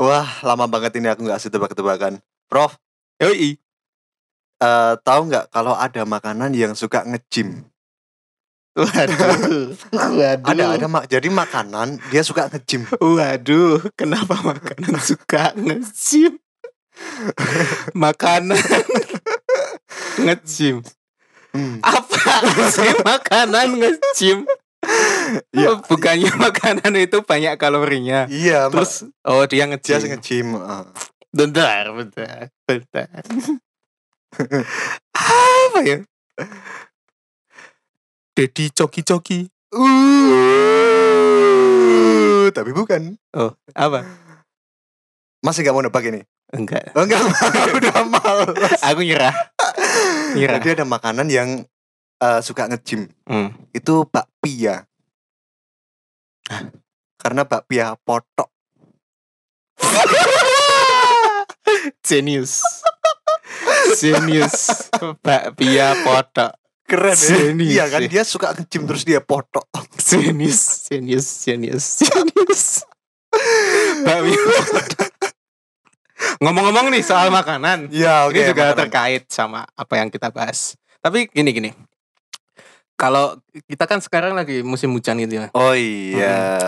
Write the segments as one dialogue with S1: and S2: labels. S1: Wah, lama banget ini aku nggak kasih tebak-tebakan. Prof, yoi. Eh, tahu nggak kalau ada makanan yang suka nge-gym? Waduh.
S2: Waduh.
S1: ada ada mak jadi makanan dia suka nge-gym.
S2: Waduh, kenapa makanan suka nge-gym? makanan nge-gym.
S1: Hmm.
S2: Apa sih makanan nge-gym?
S1: Iya.
S2: Bukannya makanan itu banyak kalorinya.
S1: Iya, terus
S2: Terus oh dia
S1: dia
S2: nge-gym.
S1: nge-gym. eh.
S2: Bentar, bentar, bentar. Apa ya? Dedi coki-coki.
S1: Uh, tapi bukan.
S2: Apa?
S1: Masih nggak mau nebak ini?
S2: Enggak.
S1: Oh, enggak mau, udah males.
S2: Aku nyerah. Nyerah.
S1: Jadi ada makanan yang eh, suka nge-gym.
S2: Hmm.
S1: Itu bakpia. Karena bakpia potok.
S2: Genius. Genius. Bakpia potok.
S1: Keren ya.
S2: Genius
S1: Iya kan
S2: sih.
S1: dia suka nge-gym terus dia potok.
S2: Genius, genius, genius, genius. Bakpia potok. Ngomong-ngomong nih soal makanan.
S1: Iya, oke.
S2: ini juga
S1: makanan.
S2: terkait sama apa yang kita bahas. Tapi gini gini. Kalau kita kan sekarang lagi musim hujan gitu ya.
S1: Oh iya.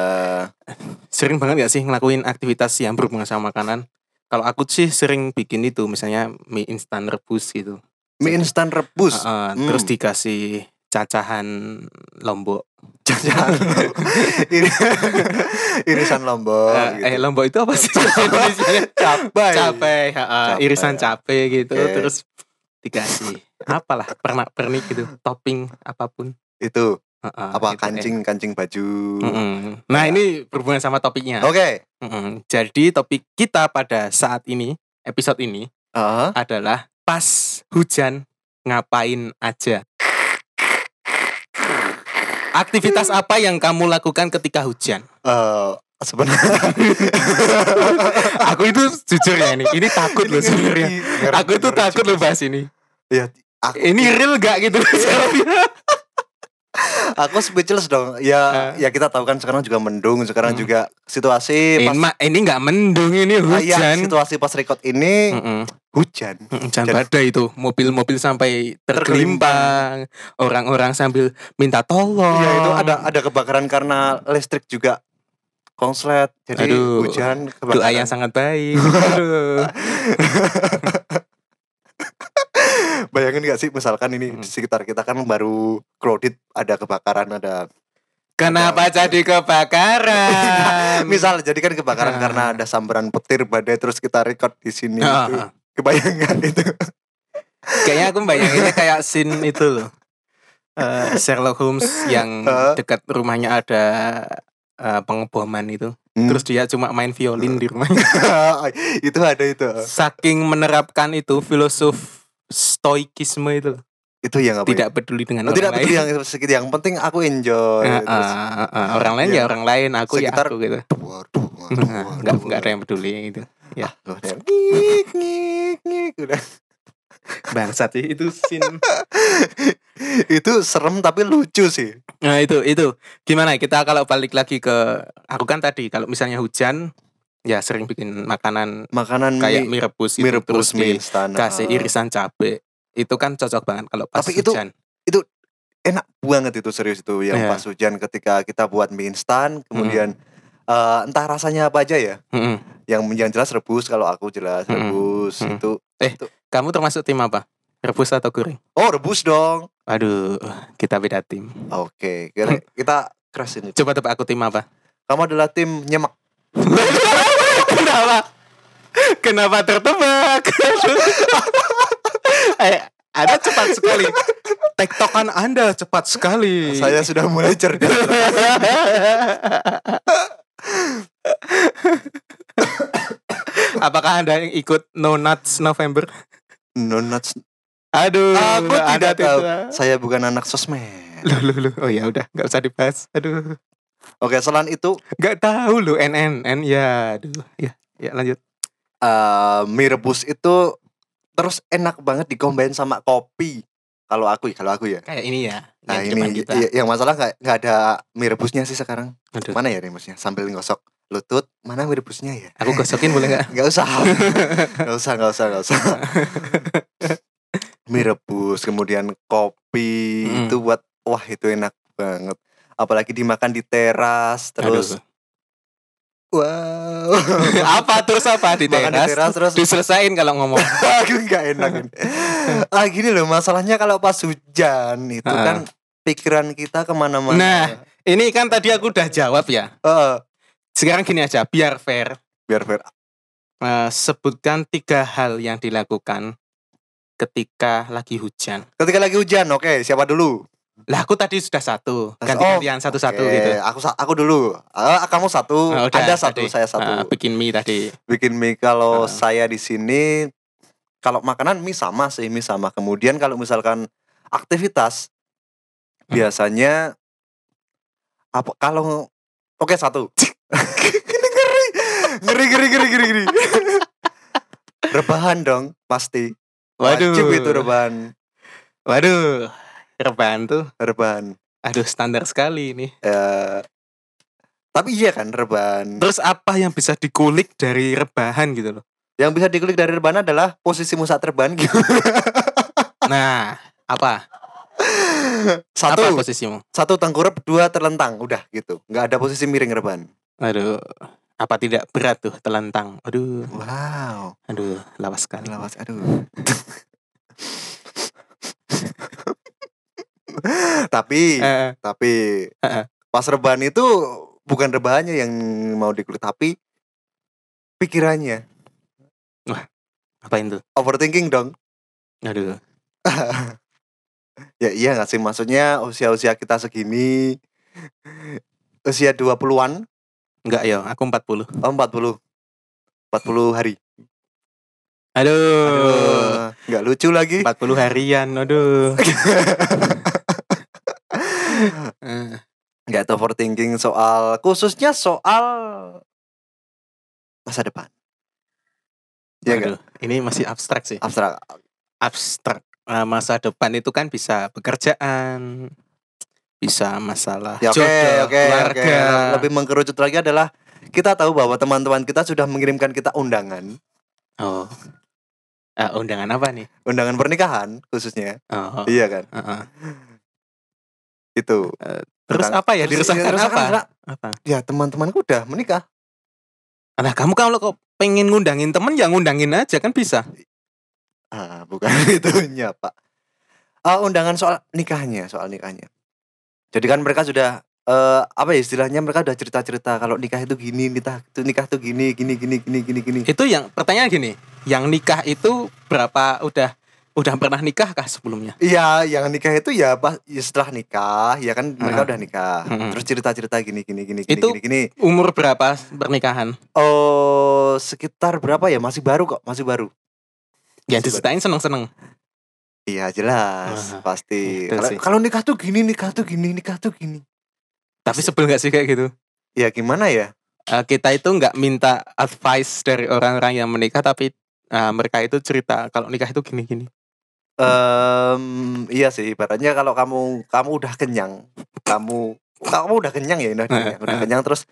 S2: Sering banget gak sih ngelakuin aktivitas yang berhubungan sama makanan? Kalau aku sih sering bikin itu misalnya mie instan rebus gitu.
S1: Mie instan rebus.
S2: Heeh,
S1: Hmm.
S2: Terus dikasih cacahan lombok. ah.
S1: Jangan. Ini- Irisan lombok
S2: Eh,
S1: gitu.
S2: Eh lombok itu apa sih? Indonesianya?
S1: Cabai.
S2: cabai, heeh,
S1: Cabai,
S2: irisan
S1: ya.
S2: cabai gitu.
S1: Oke.
S2: Terus dikasih apalah pernak pernik gitu, topping apapun.
S1: Itu
S2: Heeh,
S1: apa Ya.
S2: gitu, eh.
S1: kancing-kancing baju.
S2: Mm-mm. Nah ini berhubungan sama topiknya.
S1: Oke.
S2: Mm-mm. Jadi topik kita pada saat ini episode ini
S1: Ah,
S2: Uh-huh. adalah pas hujan ngapain aja. Aktivitas apa yang kamu lakukan ketika hujan?
S1: eh, sebenarnya
S2: Aku itu jujur ya ini, ini takut loh sebenarnya. Aku itu takut loh bahas ini.
S1: Ya, aku,
S2: Ini real gak gitu?
S1: aku speechless dong. Ya, ya
S2: Eh.
S1: kita tahu kan sekarang juga mendung, sekarang
S2: Hmm.
S1: juga situasi
S2: ini,
S1: pas
S2: ma- ini nggak mendung ini
S1: Ah, iya,
S2: hujan. Mm.
S1: situasi pas record ini
S2: Mm-mm.
S1: hujan.
S2: Jangan badai itu mobil-mobil sampai tergelimpang, orang-orang sambil minta tolong.
S1: Iya, itu ada ada kebakaran karena listrik juga konslet. Jadi
S2: Aduh,
S1: hujan
S2: doa
S1: kebakaran.
S2: yang sangat baik. Aduh.
S1: Bayangin gak sih misalkan ini
S2: Hmm.
S1: di sekitar kita kan baru crowded ada kebakaran ada
S2: Kenapa jadi kebakaran?
S1: misal jadi kan kebakaran
S2: Ah.
S1: karena ada sambaran petir badai terus kita record di sini
S2: Ah,
S1: itu.
S2: ah.
S1: Kebayang gak itu?
S2: kayaknya aku bayanginnya kayak scene itu loh. Eh, Sherlock Holmes yang
S1: Eh.
S2: dekat rumahnya ada eh, pengeboman itu.
S1: Hmm.
S2: Terus dia cuma main violin di rumahnya.
S1: itu ada itu.
S2: Saking menerapkan itu filosof stoikisme itu. loh.
S1: Itu yang apa?
S2: Tidak peduli
S1: ya?
S2: dengan
S1: Oh,
S2: orang
S1: tidak
S2: lain.
S1: peduli yang sedikit yang penting aku enjoy.
S2: Ah,
S1: Terus,
S2: ah, ah, orang lain
S1: Iya.
S2: ya orang lain aku
S1: Sekitar-
S2: ya aku gitu
S1: duar, duar,
S2: Nah,
S1: duar,
S2: nggak
S1: duar.
S2: nggak ada yang peduli gitu
S1: Ah, loh, ada yang ngik, ngik, ngik. Udah.
S2: bangsat sih itu scene
S1: itu serem tapi lucu sih.
S2: nah itu itu gimana kita kalau balik lagi ke aku kan tadi kalau misalnya hujan ya sering bikin makanan
S1: Makanan mie,
S2: kayak Hmm, mie rebus Nah.
S1: mie
S2: itu, terus
S1: rebus mie instan.
S2: dikasih
S1: Ah.
S2: irisan cabe itu kan cocok banget kalau pas
S1: Tapi itu-
S2: hujan
S1: enak banget itu serius itu yang
S2: Iya.
S1: pas hujan ketika kita buat mie instan kemudian eh, entah rasanya apa aja ya
S2: Mm-mm.
S1: yang yang jelas rebus kalau aku jelas
S2: Mm-mm.
S1: rebus
S2: Mm-mm.
S1: itu
S2: kamu termasuk tim apa rebus atau goreng
S1: oh rebus dong
S2: aduh kita beda tim
S1: oke kira- kita crash ini
S2: coba tebak aku tim apa
S1: kamu adalah tim nyemek
S2: Kenapa? Kenapa tertebak? eh, ada cepat sekali. Tektokan Anda cepat sekali.
S1: saya sudah mulai cerdas
S2: Apakah Anda yang ikut No Nuts November?
S1: no nuts
S2: Aduh,
S1: Aku
S2: Anda
S1: tidak tahu. saya bukan anak sosmed
S2: Loh, loh, loh. Oh ya udah, nggak usah dibahas. Aduh,
S1: oke selain itu
S2: nggak tahu loh. NN, N ya, aduh, ya, ya lanjut.
S1: eh, mie rebus itu terus enak banget dikombain sama kopi kalau aku kalau aku ya
S2: Kayak ini ya,
S1: Nah
S2: yang
S1: ini
S2: depan kita.
S1: iya, yang masalah nggak nggak ada mie rebusnya sih sekarang.
S2: Aduh.
S1: Mana ya rebusnya? Sambil ngosok. lutut mana yang rebusnya ya
S2: Aku gosokin boleh nggak?
S1: nggak usah nggak usah nggak usah nggak usah mie rebus kemudian kopi
S2: Mm.
S1: itu buat wah itu enak banget apalagi dimakan di teras terus
S2: Aduh.
S1: wow
S2: apa terus apa di
S1: makan di
S2: teras?
S1: teras terus
S2: Diselesain kalau ngomong.
S1: aku nggak enak ini. ah gini loh masalahnya kalau pas hujan itu
S2: Ah.
S1: kan pikiran kita kemana-mana
S2: Nah. Ini kan tadi aku udah jawab ya.
S1: Eh,
S2: Sekarang gini aja, biar fair.
S1: biar fair
S2: Eh, sebutkan tiga hal yang dilakukan ketika lagi hujan.
S1: ketika lagi hujan oke siapa dulu
S2: Lah aku tadi sudah satu,
S1: Oh,
S2: ganti-gantian satu-satu
S1: Oke,
S2: gitu.
S1: aku sa- aku dulu Ah, kamu satu
S2: Nah, udah,
S1: anda satu
S2: tadi.
S1: saya satu
S2: Ah, bikin mie tadi.
S1: bikin mie kalau
S2: Ah.
S1: saya di sini kalau makanan mie sama sih mie sama kemudian kalau misalkan aktivitas
S2: Hmm.
S1: biasanya apa kalau oke satu ngeri ngeri ngeri ngeri ngeri ngeri rebahan dong pasti
S2: Waduh.
S1: wajib itu rebahan
S2: Waduh. Rebahan tuh.
S1: rebahan
S2: Aduh, standar sekali ini.
S1: Eh, tapi iya kan rebahan
S2: Terus apa yang bisa dikulik dari rebahan gitu loh?
S1: yang bisa dikulik dari rebahan adalah posisimu saat rebahan
S2: Nah, apa?
S1: satu
S2: Apa posisimu?
S1: satu tengkurap dua terlentang udah gitu nggak ada posisi miring reban
S2: Aduh, apa tidak berat tuh telentang? Aduh,
S1: wow
S2: aduh, lawas sekali.
S1: lawas aduh tapi
S2: Eh,
S1: tapi
S2: Eh, eh.
S1: pas reban itu bukan rebahannya yang mau dikulik tapi pikirannya
S2: apain tuh?
S1: overthinking dong
S2: Aduh.
S1: ya iya nggak sih maksudnya usia-usia kita segini usia 20-an
S2: Enggak yo, aku 40.
S1: oh 40 40 hari
S2: Aduh.
S1: Aduh, nggak lucu lagi
S2: 40 harian, aduh. Eh,
S1: nggak tuh overthinking soal khususnya soal masa depan ya nggak
S2: aduh, ini masih abstrak sih.
S1: abstrak
S2: Abstrak. Eh, masa depan itu kan bisa pekerjaan, bisa masalah
S1: ya oke
S2: jodoh,
S1: oke oke
S2: keluarga.
S1: lebih mengkerucut lagi adalah kita tahu bahwa teman-teman kita sudah mengirimkan kita undangan
S2: Oh. Eh, undangan apa nih?
S1: undangan pernikahan khususnya
S2: Oh.
S1: iya kan
S2: eh, eh.
S1: itu
S2: Terus
S1: Tentang-
S2: apa ya diresahkan
S1: diresahkan
S2: apa?
S1: adalah,
S2: Apa?
S1: ya teman-temanku udah menikah
S2: Nah kamu kalau kok pengen ngundangin temen ya ngundangin aja kan bisa.
S1: ah bukan itunya pak Ah, undangan soal nikahnya soal nikahnya jadi kan mereka sudah eh, apa ya istilahnya mereka udah cerita-cerita kalau nikah itu gini nikah itu nikah tuh gini gini gini gini gini gini
S2: Itu yang pertanyaan gini, yang nikah itu berapa udah udah pernah nikah kah sebelumnya?
S1: Iya, yang nikah itu ya pas ya setelah nikah, ya kan mereka
S2: Hmm.
S1: udah nikah.
S2: Hmm.
S1: Terus cerita-cerita gini gini gini gini
S2: Itu-
S1: gini gini.
S2: Umur berapa pernikahan?
S1: Oh, sekitar berapa ya? Masih baru kok, masih baru.
S2: Ya diceritain seneng-seneng.
S1: Iya, jelas,
S2: Wah,
S1: pasti.
S2: itu
S1: Kalau-
S2: gitu sih.
S1: Kalau nikah tuh gini, nikah tuh gini, nikah tuh gini.
S2: Tapi sebel nggak sih kayak gitu?
S1: Ya gimana ya?
S2: Eh, kita itu nggak minta advice dari orang-orang yang menikah tapi eh, mereka itu cerita kalau nikah itu gini-gini.
S1: Em, iya sih, ibaratnya kalau kamu kamu udah kenyang, kamu kamu udah kenyang ya, udah kenyang, udah kenyang terus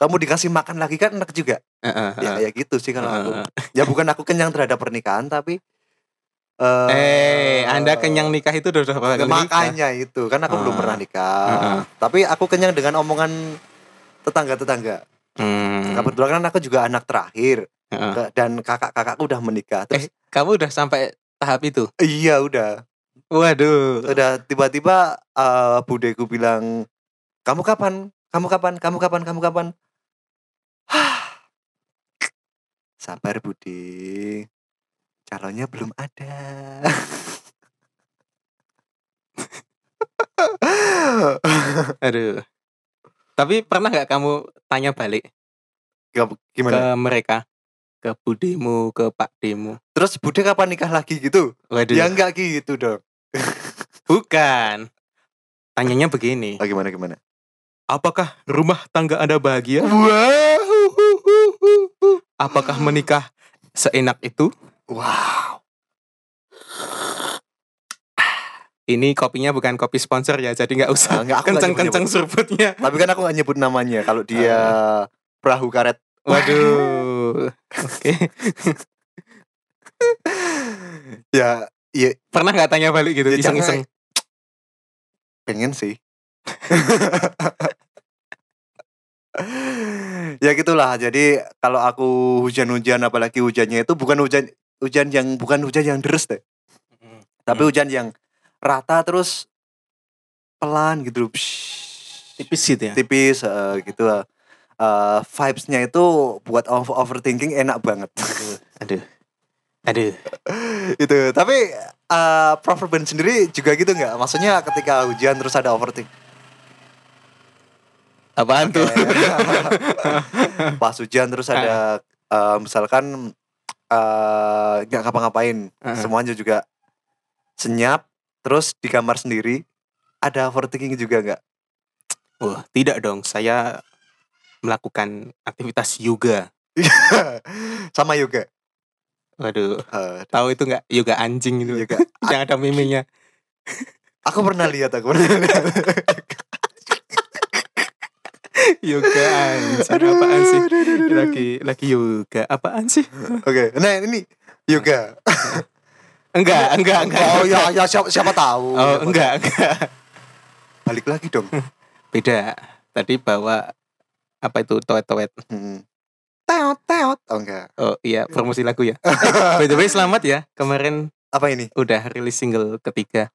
S1: kamu dikasih makan lagi kan enak juga.
S2: Eh, eh,
S1: Ya ya
S2: eh,
S1: gitu sih kalau aku.
S2: eh,
S1: ya bukan aku kenyang terhadap pernikahan tapi eh
S2: eh. Eh, Anda kenyang nikah itu udah berapa kali nikah?
S1: makanya itu kan aku belum
S2: Ah.
S1: pernah nikah
S2: Ah, ah.
S1: tapi aku kenyang dengan omongan tetangga-tetangga
S2: Hmm.
S1: kebetulan kan aku juga anak terakhir
S2: Ah.
S1: Ke- dan kakak-kakakku udah menikah terus
S2: Kamu udah sampai tahap itu?
S1: iya udah
S2: Waduh.
S1: udah tiba-tiba eh budeku bilang kamu kapan kamu kapan kamu kapan kamu kapan Hah. sabar bude calonnya belum ada
S2: Aduh. Tapi pernah nggak kamu tanya balik
S1: Gak-
S2: ke
S1: gimana
S2: mereka, ke budemu, ke pak demu?
S1: terus bude kapan nikah lagi gitu
S2: Waduh.
S1: ya enggak gitu dong
S2: bukan. Tanyanya begini,
S1: oh, gimana gimana
S2: apakah rumah tangga Anda bahagia?
S1: wow
S2: Apakah menikah seenak itu?
S1: wow
S2: Ini kopinya bukan kopi sponsor ya, jadi nggak
S1: Ah, nggak,
S2: usah
S1: aku nggak
S2: kenceng-kenceng surbutnya.
S1: tapi kan aku nggak nyebut namanya kalau dia perahu karet.
S2: Waduh. Oke.
S1: Ya, ya
S2: Pernah nggak tanya balik gitu
S1: Ya,
S2: iseng-iseng?
S1: pengen sih. ya gitulah. Jadi kalau aku hujan-hujan apalagi hujannya itu bukan hujan hujan yang bukan hujan yang deres deh, tapi
S2: Hmm.
S1: hujan yang rata terus pelan gitu. Psh.
S2: Tipis gitu ya.
S1: tipis eh, gitu eh Eh, vibes-nya itu buat over- overthinking enak banget
S2: Aduh. Aduh.
S1: itu tapi eh Prof Urban sendiri juga gitu nggak maksudnya ketika hujan terus ada overthinking
S2: Apaan tuh?
S1: Iya, pas hujan terus ada eh, misalkan eh, nggak ngapa-ngapain
S2: Ah.
S1: semuanya juga senyap terus di kamar sendiri ada overthinking juga nggak
S2: Wah, tidak dong. Saya melakukan aktivitas yoga.
S1: sama yoga
S2: Waduh,
S1: Eh,
S2: tahu itu nggak yoga anjing itu
S1: yoga
S2: yang ada miminya.
S1: aku pernah lihat aku pernah lihat
S2: yoga anjing.
S1: Aduh,
S2: Apaan sih?
S1: aduh, aduh, aduh.
S2: Lagi lagi yoga. Apaan sih?
S1: Oke, nah ini yoga.
S2: Enggak, enggak, enggak.
S1: Oh ya, ya siapa, siapa tahu.
S2: Oh,
S1: Siapa
S2: enggak, Hmm. enggak.
S1: tahu. Balik lagi dong.
S2: Beda. Tadi bawa apa itu toet-toet.
S1: Hmm. Teot, teot. Oh enggak.
S2: Oh iya, promosi lagu ya. Eh, By the way, selamat ya. Kemarin
S1: Apa ini?
S2: udah rilis single ketiga.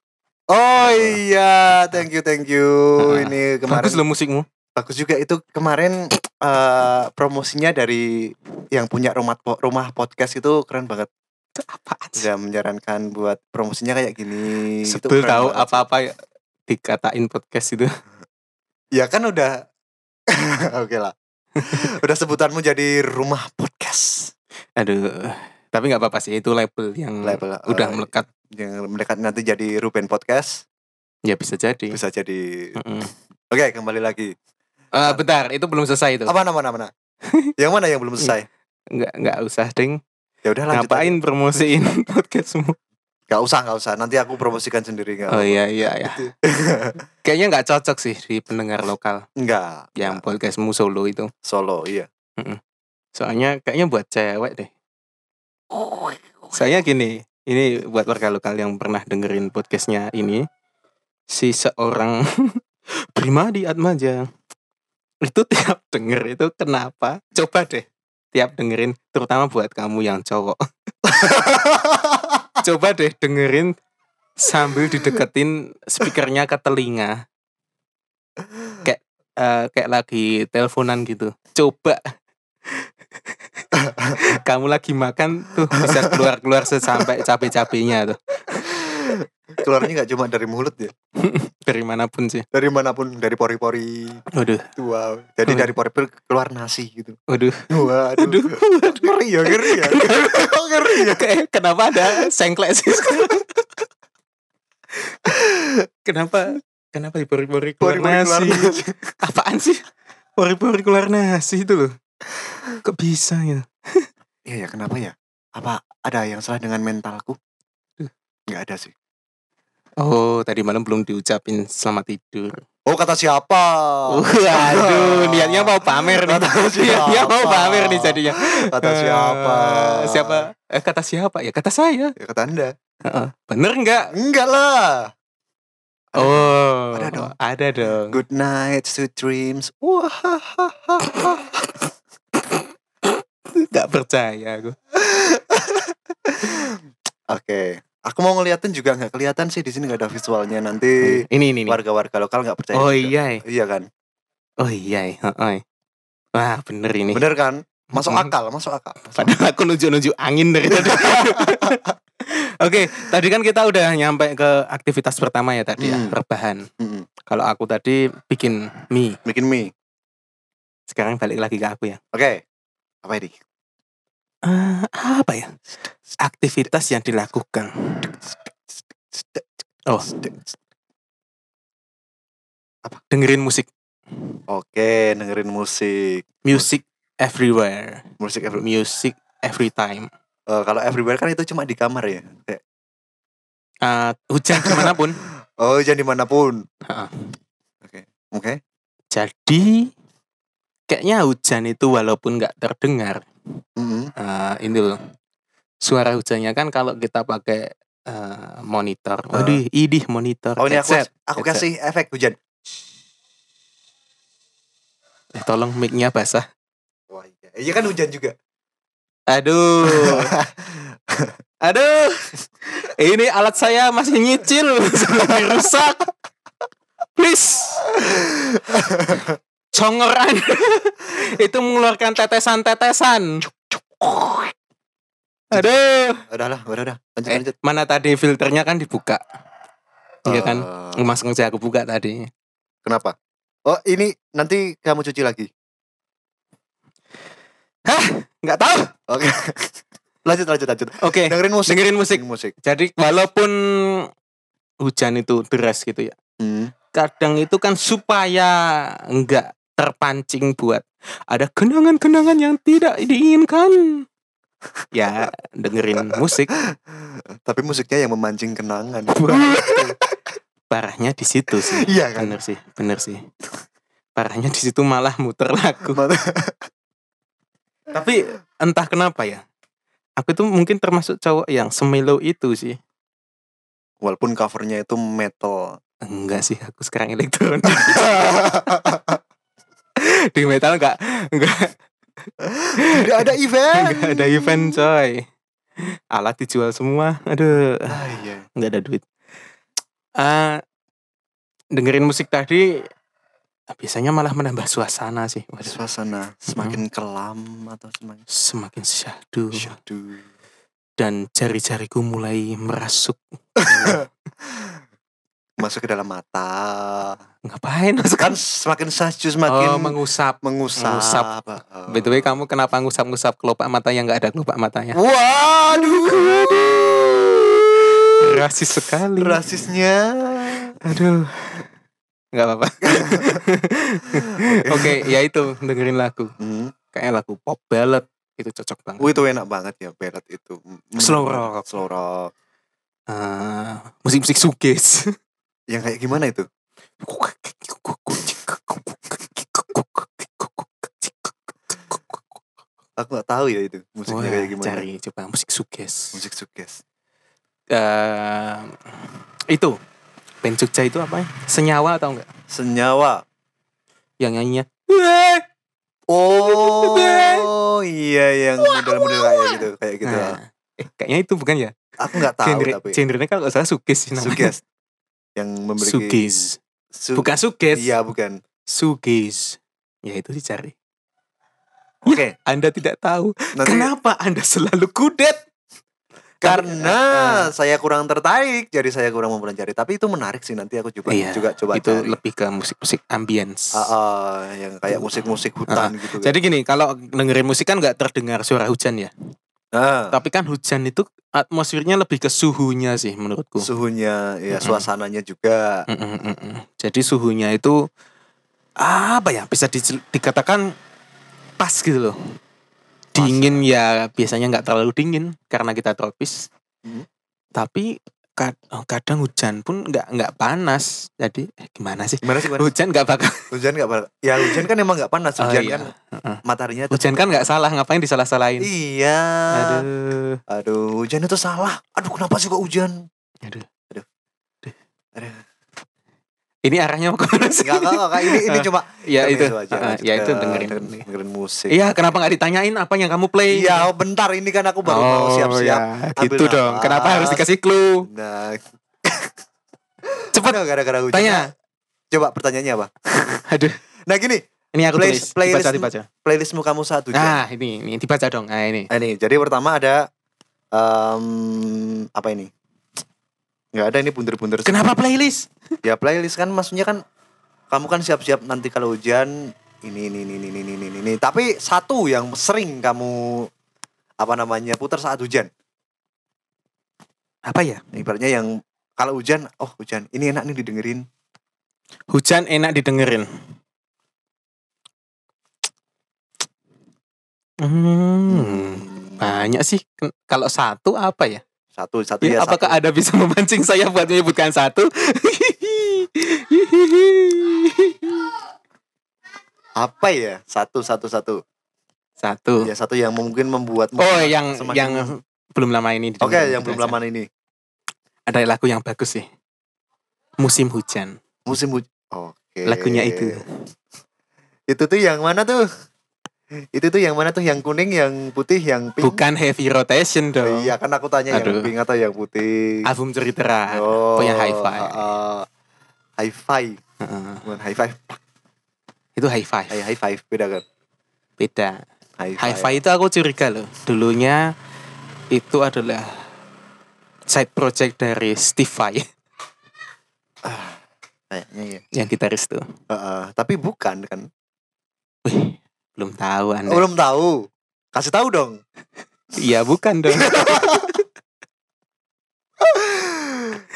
S1: Oh iya, thank you, thank you.
S2: Ah,
S1: Ini kemarin
S2: Bagus loh musikmu.
S1: bagus juga itu kemarin eh, promosinya dari yang punya rumah po- rumah podcast itu keren banget.
S2: Apaan sih?
S1: Sudah menyarankan buat promosinya kayak gini. Itu
S2: Sebel
S1: keren
S2: tahu
S1: banget sih.
S2: apa-apa ya, dikatain podcast itu.
S1: Ya kan udah. Oke lah. udah sebutanmu jadi rumah podcast.
S2: Aduh, tapi nggak apa-apa sih itu label yang
S1: Label, eh,
S2: Hmm, udah melekat.
S1: yang mendekat nanti jadi Ruben Podcast
S2: Ya bisa jadi.
S1: bisa jadi
S2: Mm-mm.
S1: oke kembali lagi
S2: Eh, bentar, itu belum selesai itu.
S1: apa nama nama mana? yang mana yang belum selesai
S2: Nggak nggak usah, Ding.
S1: ya udah lanjut aja.
S2: Iya. Ngapain promosiin podcastmu?
S1: nggak usah nggak usah nanti aku promosikan sendiri nggak
S2: Oh iya iya ya.
S1: Gitu.
S2: Kayaknya nggak cocok sih di pendengar lokal
S1: nggak
S2: yang podcastmu solo itu.
S1: solo iya
S2: Soalnya kayaknya buat cewek deh. Soalnya gini, ini buat warga lokal yang pernah dengerin podcastnya ini, si seorang Primadi Atmaja itu tiap denger itu kenapa? Coba deh tiap dengerin, terutama buat kamu yang cowok. Coba deh dengerin sambil dideketin speakernya ke telinga. Kayak eh, kayak lagi teleponan gitu. Coba kamu lagi makan tuh bisa keluar-keluar sesampai cabe-cabenya tuh.
S1: keluarnya nggak cuma dari mulut ya
S2: Dari manapun sih.
S1: dari manapun dari pori-pori
S2: Waduh,
S1: Itu, wow jadi
S2: Oh.
S1: dari pori-pori keluar nasi gitu
S2: waduh.
S1: waduh
S2: Aduh,
S1: ngeri ya ngeri ya ngeri ya
S2: Kayak kenapa ada sengklek sih sekarang? kenapa kenapa di pori-pori keluar
S1: Pori-pori keluar
S2: nasi?
S1: nasi.
S2: Apaan sih? Pori-pori keluar nasi itu loh. Kok bisa ya?
S1: Iya ya kenapa ya? Apa ada yang salah dengan mentalku?
S2: Duh.
S1: Nggak ada sih.
S2: Oh, tadi malam belum diucapin selamat tidur.
S1: Oh kata siapa?
S2: Oh. Waduh, niatnya mau pamer nih.
S1: Kata siapa?
S2: Niatnya mau pamer iya, nih jadinya.
S1: Kata
S2: Eh,
S1: siapa?
S2: Siapa? Eh, kata siapa? Ya kata saya.
S1: Ya kata anda.
S2: Heeh. Bener nggak?
S1: Enggak lah. Ada-
S2: Oh,
S1: ada dong.
S2: Ada dong.
S1: Good night, sweet dreams. Wahahaha.
S2: Gak percaya aku.
S1: Oke. Aku mau ngeliatin juga nggak kelihatan sih di sini nggak ada visualnya
S2: Oh,
S1: nanti
S2: Ini ini ini.
S1: warga-warga lokal nggak percaya.
S2: Oh
S1: juga.
S2: iya,
S1: Iya kan.
S2: oh iya, heeh. Wah bener ini.
S1: Bener kan? Masuk
S2: Mm-mm.
S1: akal, masuk akal. Masuk
S2: Padahal aku nunjuk-nunjuk angin dari tadi. Oke, tadi kan kita udah nyampe ke aktivitas pertama ya tadi ya,
S1: Hmm.
S2: rebahan.
S1: akal. Mm-mm.
S2: Kalau aku tadi bikin mie.
S1: Bikin mie.
S2: Sekarang balik lagi ke aku ya.
S1: Oke. Apa ini?
S2: Eh, apa ya? Aktivitas yang dilakukan. Oh. Dengerin musik.
S1: Oke, dengerin musik.
S2: Music everywhere.
S1: Musik every,
S2: Music every time.
S1: Eh, kalau everywhere kan itu cuma di kamar ya. Kayak,
S2: Eh, hujan kemanapun.
S1: Oh, jangan dimanapun.
S2: Heeh.
S1: Oke. Oke.
S2: Jadi kayaknya hujan itu walaupun nggak terdengar
S1: Mm-mm.
S2: eh, ini loh suara hujannya kan kalau kita pakai eh, monitor Eh,
S1: Ah.
S2: waduh idih monitor
S1: Oh ini aku,
S2: headset.
S1: aku
S2: headset.
S1: kasih efek hujan.
S2: Eh, tolong mic-nya basah
S1: Wah iya. Iya kan hujan juga.
S2: aduh aduh ini alat saya masih nyicil sampai rusak please congoran itu mengeluarkan tetesan-tetesan aduh
S1: udah lah, udah udah. ya Lanjut
S2: Eh,
S1: lanjut.
S2: mana tadi filternya kan dibuka iya kan
S1: Eh,
S2: Mas sengaja aku buka tadi
S1: Kenapa? Oh ini nanti kamu cuci lagi.
S2: nggak tahu
S1: Oke. lanjut lanjut lanjut.
S2: oke
S1: Dengerin musik.
S2: Eh, dengerin musik
S1: Dengerin musik.
S2: jadi walaupun hujan itu deras gitu ya
S1: Hmm.
S2: kadang itu kan supaya nggak terpancing buat ada kenangan-kenangan yang tidak diinginkan ya dengerin musik
S1: Tapi musiknya yang memancing kenangan.
S2: parahnya di situ sih
S1: Iya kan.
S2: bener sih bener sih parahnya di situ malah muter lagu tapi entah kenapa ya aku itu mungkin termasuk cowok yang semelo itu sih
S1: Walaupun covernya itu metal.
S2: enggak sih aku sekarang elektronik di metal enggak
S1: Tidak ada event.
S2: enggak ada event coy alat dijual semua aduh
S1: Ah, iya.
S2: enggak ada duit Eh dengerin musik tadi biasanya malah menambah suasana sih Waduh,
S1: Suasana semakin kelam atau semakin
S2: semakin syahdu
S1: syahdu.
S2: dan jari-jariku mulai merasuk
S1: Masuk ke dalam mata.
S2: ngapain masuk
S1: Kan semakin syahdu
S2: oh,
S1: semakin
S2: mengusap
S1: mengusap.
S2: Mengusap.
S1: Heeh.
S2: BTW kamu kenapa ngusap-ngusap kelopak mata yang nggak ada kelopak matanya?
S1: Waduh.
S2: Rasis sekali.
S1: Rasisnya.
S2: Aduh. Nggak apa-apa. Oke, ya itu dengerin lagu.
S1: Hmm.
S2: Kayak lagu pop ballad itu cocok banget.
S1: Oh, itu enak banget ya berat itu. Mm.
S2: Slow rock.
S1: Slow rock.
S2: Eh, musik-musik suges.
S1: Yang kayak gimana itu? Aku nggak tahu ya itu musiknya kayak
S2: Wah,
S1: gimana.
S2: cari coba musik suges.
S1: Musik suges.
S2: Eh, itu band Jogja itu apa ya? Senyawa atau enggak?
S1: Senyawa.
S2: Yang nyanyinya
S1: Eh,
S2: Nah,
S1: Oh, iya yang model-model kayak gitu, kayak gitu.
S2: Nah, eh, kayaknya itu bukan ya?
S1: Aku nggak tahu
S2: Genre,
S1: tapi.
S2: genrenya kalau nggak salah suges sih namanya.
S1: Suges. Yang memiliki
S2: Suges.
S1: su-
S2: Bukan suges.
S1: Iya, bukan.
S2: Suges. Ya itu dicari.
S1: Oke,
S2: Anda tidak tahu
S1: nanti
S2: kenapa Anda selalu kudet.
S1: karena saya kurang tertarik, jadi saya kurang mempelajari. Tapi itu menarik sih nanti aku coba
S2: Iya,
S1: juga coba
S2: itu
S1: cari.
S2: lebih ke musik-musik ambience.
S1: Ah, ah, yang kayak musik-musik hutan gitu. kan.
S2: Ah, Jadi gini, kalau dengerin musik kan nggak terdengar suara hujan ya.
S1: Nah,
S2: Tapi kan hujan itu atmosfernya lebih ke suhunya sih menurutku.
S1: suhunya, ya
S2: Mm-mm.
S1: suasananya juga.
S2: Mm, mm, mm, mm. Jadi suhunya itu apa ya bisa dicel- dikatakan pas gitu loh. Dingin ya biasanya nggak terlalu dingin karena kita tropis.
S1: Mhm.
S2: Tapi kad- oh, kadang hujan pun nggak nggak panas. Jadi eh, gimana sih?
S1: Gimana sih? Gimana?
S2: Hujan nggak bakal.
S1: Hujan nggak panas? Ya hujan kan emang nggak panas.
S2: Oh,
S1: Hujan
S2: iya.
S1: kan mataharinya. tetap-
S2: Hujan kan nggak salah ngapain disalah-salahin.
S1: Iya. Aduh.
S2: Aduh.
S1: hujan itu salah. Aduh, kenapa sih kok hujan?
S2: Aduh.
S1: Aduh.
S2: Aduh. Ini arahnya mau kemana sih?
S1: Enggak, enggak, enggak. Ini, ini cuma
S2: ya itu.
S1: aja.
S2: Heeh,
S1: Lanjut
S2: ya
S1: ke-
S2: itu dengerin.
S1: dengerin musik.
S2: Iya, kenapa nggak ditanyain apa yang kamu play?
S1: Iya, bentar ini kan aku baru mau siap-siap.
S2: ya,
S1: ambil
S2: gitu dong.
S1: nafas.
S2: Kenapa harus dikasih clue?
S1: Nah,
S2: Cepet.
S1: aduh, gara-gara hujan.
S2: Tanya.
S1: Coba pertanyaannya apa?
S2: Aduh,
S1: Nah, gini,
S2: ini aku
S1: Play-
S2: tulis.
S1: playlist-
S2: dibaca, dibaca.
S1: playlistmu kamu satu jam.
S2: Nah, ini, ini dibaca dong. Nah, ini.
S1: Nah, ini. Jadi pertama ada em, apa ini? Enggak ada ini bundar-bundar.
S2: Kenapa playlist?
S1: Ya playlist kan maksudnya kan kamu kan siap-siap nanti kalau hujan ini ini ini ini ini ini ini, ini. Tapi satu yang sering kamu apa namanya putar saat hujan.
S2: Apa ya?
S1: Ibaratnya yang kalau hujan, oh hujan, ini enak nih didengerin.
S2: Hujan enak didengerin. Hmm, banyak sih. Ken- Kalau satu apa ya?
S1: Satu satu
S2: Ya,
S1: ya,
S2: apakah
S1: satu.
S2: ada bisa memancing saya buat menyebutkan satu?
S1: apa ya satu satu satu
S2: Satu.
S1: ya satu yang mungkin membuat
S2: Hmm. Oh, yang
S1: semakin-
S2: yang belum lama ini.
S1: oke
S2: didengar
S1: yang
S2: kita
S1: belum
S2: aja.
S1: lama ini
S2: Ada lagu yang bagus sih. Musim hujan.
S1: musim hujan oke
S2: Lagunya itu.
S1: itu tuh yang mana tuh itu tuh yang mana tuh yang kuning yang putih yang pink
S2: Bukan heavy rotation dong.
S1: iya kan aku tanya
S2: Aduh.
S1: yang pink atau yang putih
S2: Album cerita.
S1: oh
S2: punya hi-fi.
S1: uh, high five
S2: Heeh.
S1: bukan high five
S2: Itu high five.
S1: high, high five beda kan
S2: Beda.
S1: high
S2: High five itu aku curiga loh. Dulunya itu adalah side project dari Steve Vai
S1: kayaknya ya
S2: yang gitaris tuh.
S1: Heeh, tapi bukan kan
S2: Wih, belum tahu Anda.
S1: Oh, belum tahu kasih tahu dong
S2: Iya, bukan dong.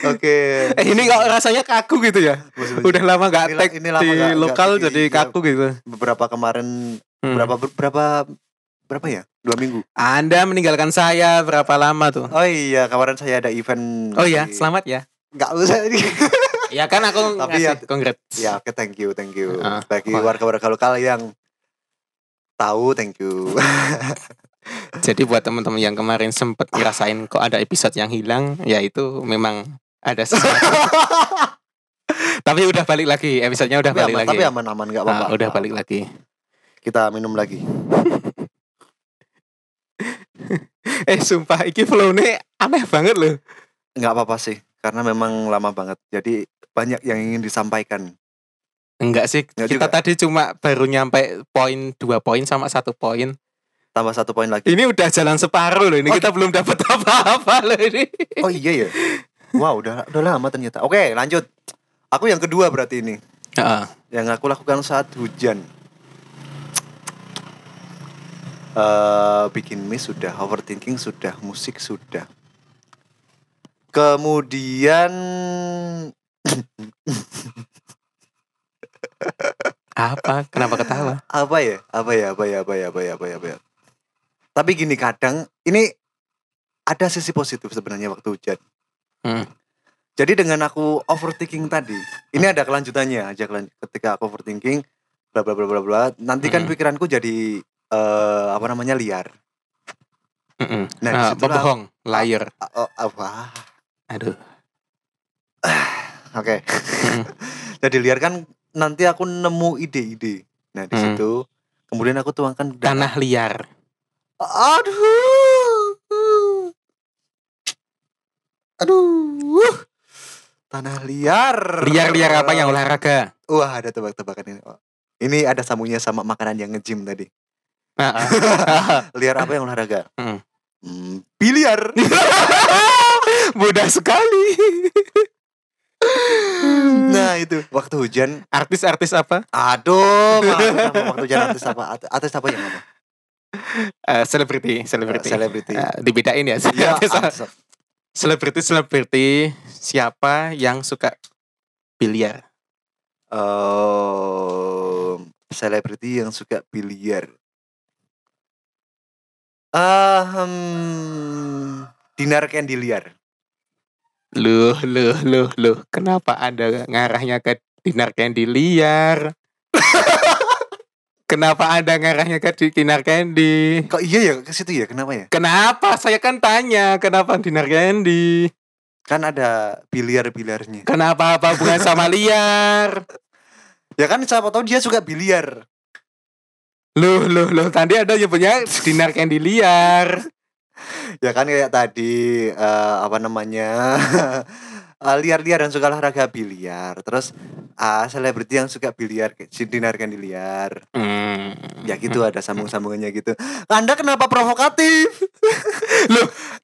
S1: oke
S2: eh, ini kok rasanya kaku gitu ya.
S1: Musim hujan.
S2: Udah lama nggak
S1: Ini-
S2: tag
S1: ini lama
S2: di
S1: nggak- nggak
S2: lokal
S1: bikin-
S2: jadi
S1: iya.
S2: kaku gitu.
S1: beberapa kemarin
S2: Hmm.
S1: berapa berapa berapa ya dua minggu
S2: Anda meninggalkan saya berapa lama tuh?
S1: oh iya kemarin saya ada event
S2: Oh ya,
S1: di-
S2: selamat ya.
S1: nggak usah
S2: Ya kan aku
S1: Tapi ya-
S2: ngasih congrats.
S1: ya oke thank you thank you
S2: Heeh.
S1: bagi
S2: Wah.
S1: warga-warga lokal yang tahu thank you
S2: Jadi buat teman-teman yang kemarin sempet ngerasain kok ada episode yang hilang, ya itu memang ada sesuatu. Tapi udah balik lagi, episodenya udah
S1: tapi
S2: balik
S1: aman
S2: lagi.
S1: tapi aman aman nggak
S2: Ah,
S1: apa-apa
S2: udah
S1: nggak
S2: balik
S1: apa-apa.
S2: lagi.
S1: kita minum lagi
S2: Eh sumpah, iki flow-nya aneh banget loh.
S1: nggak apa-apa sih karena memang lama banget jadi banyak yang ingin disampaikan
S2: Enggak sih,
S1: Enggak
S2: kita
S1: juga.
S2: tadi cuma baru nyampe poin dua poin sama satu poin.
S1: tambah satu poin lagi
S2: Ini udah jalan separuh loh, ini
S1: Oh.
S2: kita belum dapat apa-apa loh ini.
S1: oh iya ya wow udah udah lama ternyata oke lanjut aku yang kedua berarti ini
S2: Heeh.
S1: yang aku lakukan saat hujan eh bikin mie sudah overthinking sudah musik sudah kemudian
S2: Apa? Kenapa ketawa?
S1: apa ya apa ya apa ya apa ya apa ya apa ya, apa ya? tapi gini kadang ini ada sisi positif sebenarnya waktu hujan
S2: Hmm.
S1: jadi dengan aku overthinking tadi ini ada kelanjutannya aja kelan- ketika aku overthinking bla bla bla bla bla nanti kan
S2: Hmm.
S1: pikiranku jadi eh apa namanya liar
S2: Mm-mm.
S1: Nah,
S2: Ah,
S1: disitulah-
S2: pembohong, liar.
S1: A- o- apa
S2: Aduh.
S1: oke
S2: Mm-mm.
S1: jadi liar kan nanti aku nemu ide-ide nah di
S2: Hmm.
S1: situ kemudian aku tuangkan ke dalam-
S2: Tanah liar.
S1: aduh aduh tanah liar
S2: Liar-liar apa yang olahraga?
S1: wah ada tebak-tebakan ini Oh, ini ada sambungnya sama makanan yang nge-gym tadi
S2: Ah, ah.
S1: liar apa yang olahraga?
S2: Hmm.
S1: Hmm, biliar.
S2: Mudah sekali.
S1: Nah itu waktu hujan.
S2: Artis-artis apa?
S1: Aduh, maaf, kenapa waktu hujan atas apa? At- Atas apa yang apa?
S2: Eh, Selebriti, selebriti.
S1: Selebriti.
S2: Eh, dibedain ya.
S1: Ya,
S2: Artis-
S1: atas-
S2: Selebriti, selebriti siapa yang suka biliar?
S1: Em, selebriti yang suka biliar. Ah, hmm, dinar candiliar.
S2: Loh, loh, loh, loh. Kenapa Anda ngarahnya ke dinar candy liar? Kenapa Anda ngarahnya ke di- dinar candy?
S1: Kok iya ya ke situ ya? Kenapa ya?
S2: Kenapa? Saya kan tanya, kenapa dinar candy?
S1: Kan ada biliar-biliarnya.
S2: Kenapa apa hubungan sama liar?
S1: Ya kan siapa tahu dia suka biliar.
S2: Loh, loh, loh. Tadi Anda nyebutnya dinar candy liar.
S1: ya kan kayak tadi eh, apa namanya eh, liar-liar yang suka olahraga biliar terus ah, selebriti yang suka biliar kayak si dinar liar
S2: Hmm.
S1: ya gitu ada sambung-sambungannya gitu anda kenapa provokatif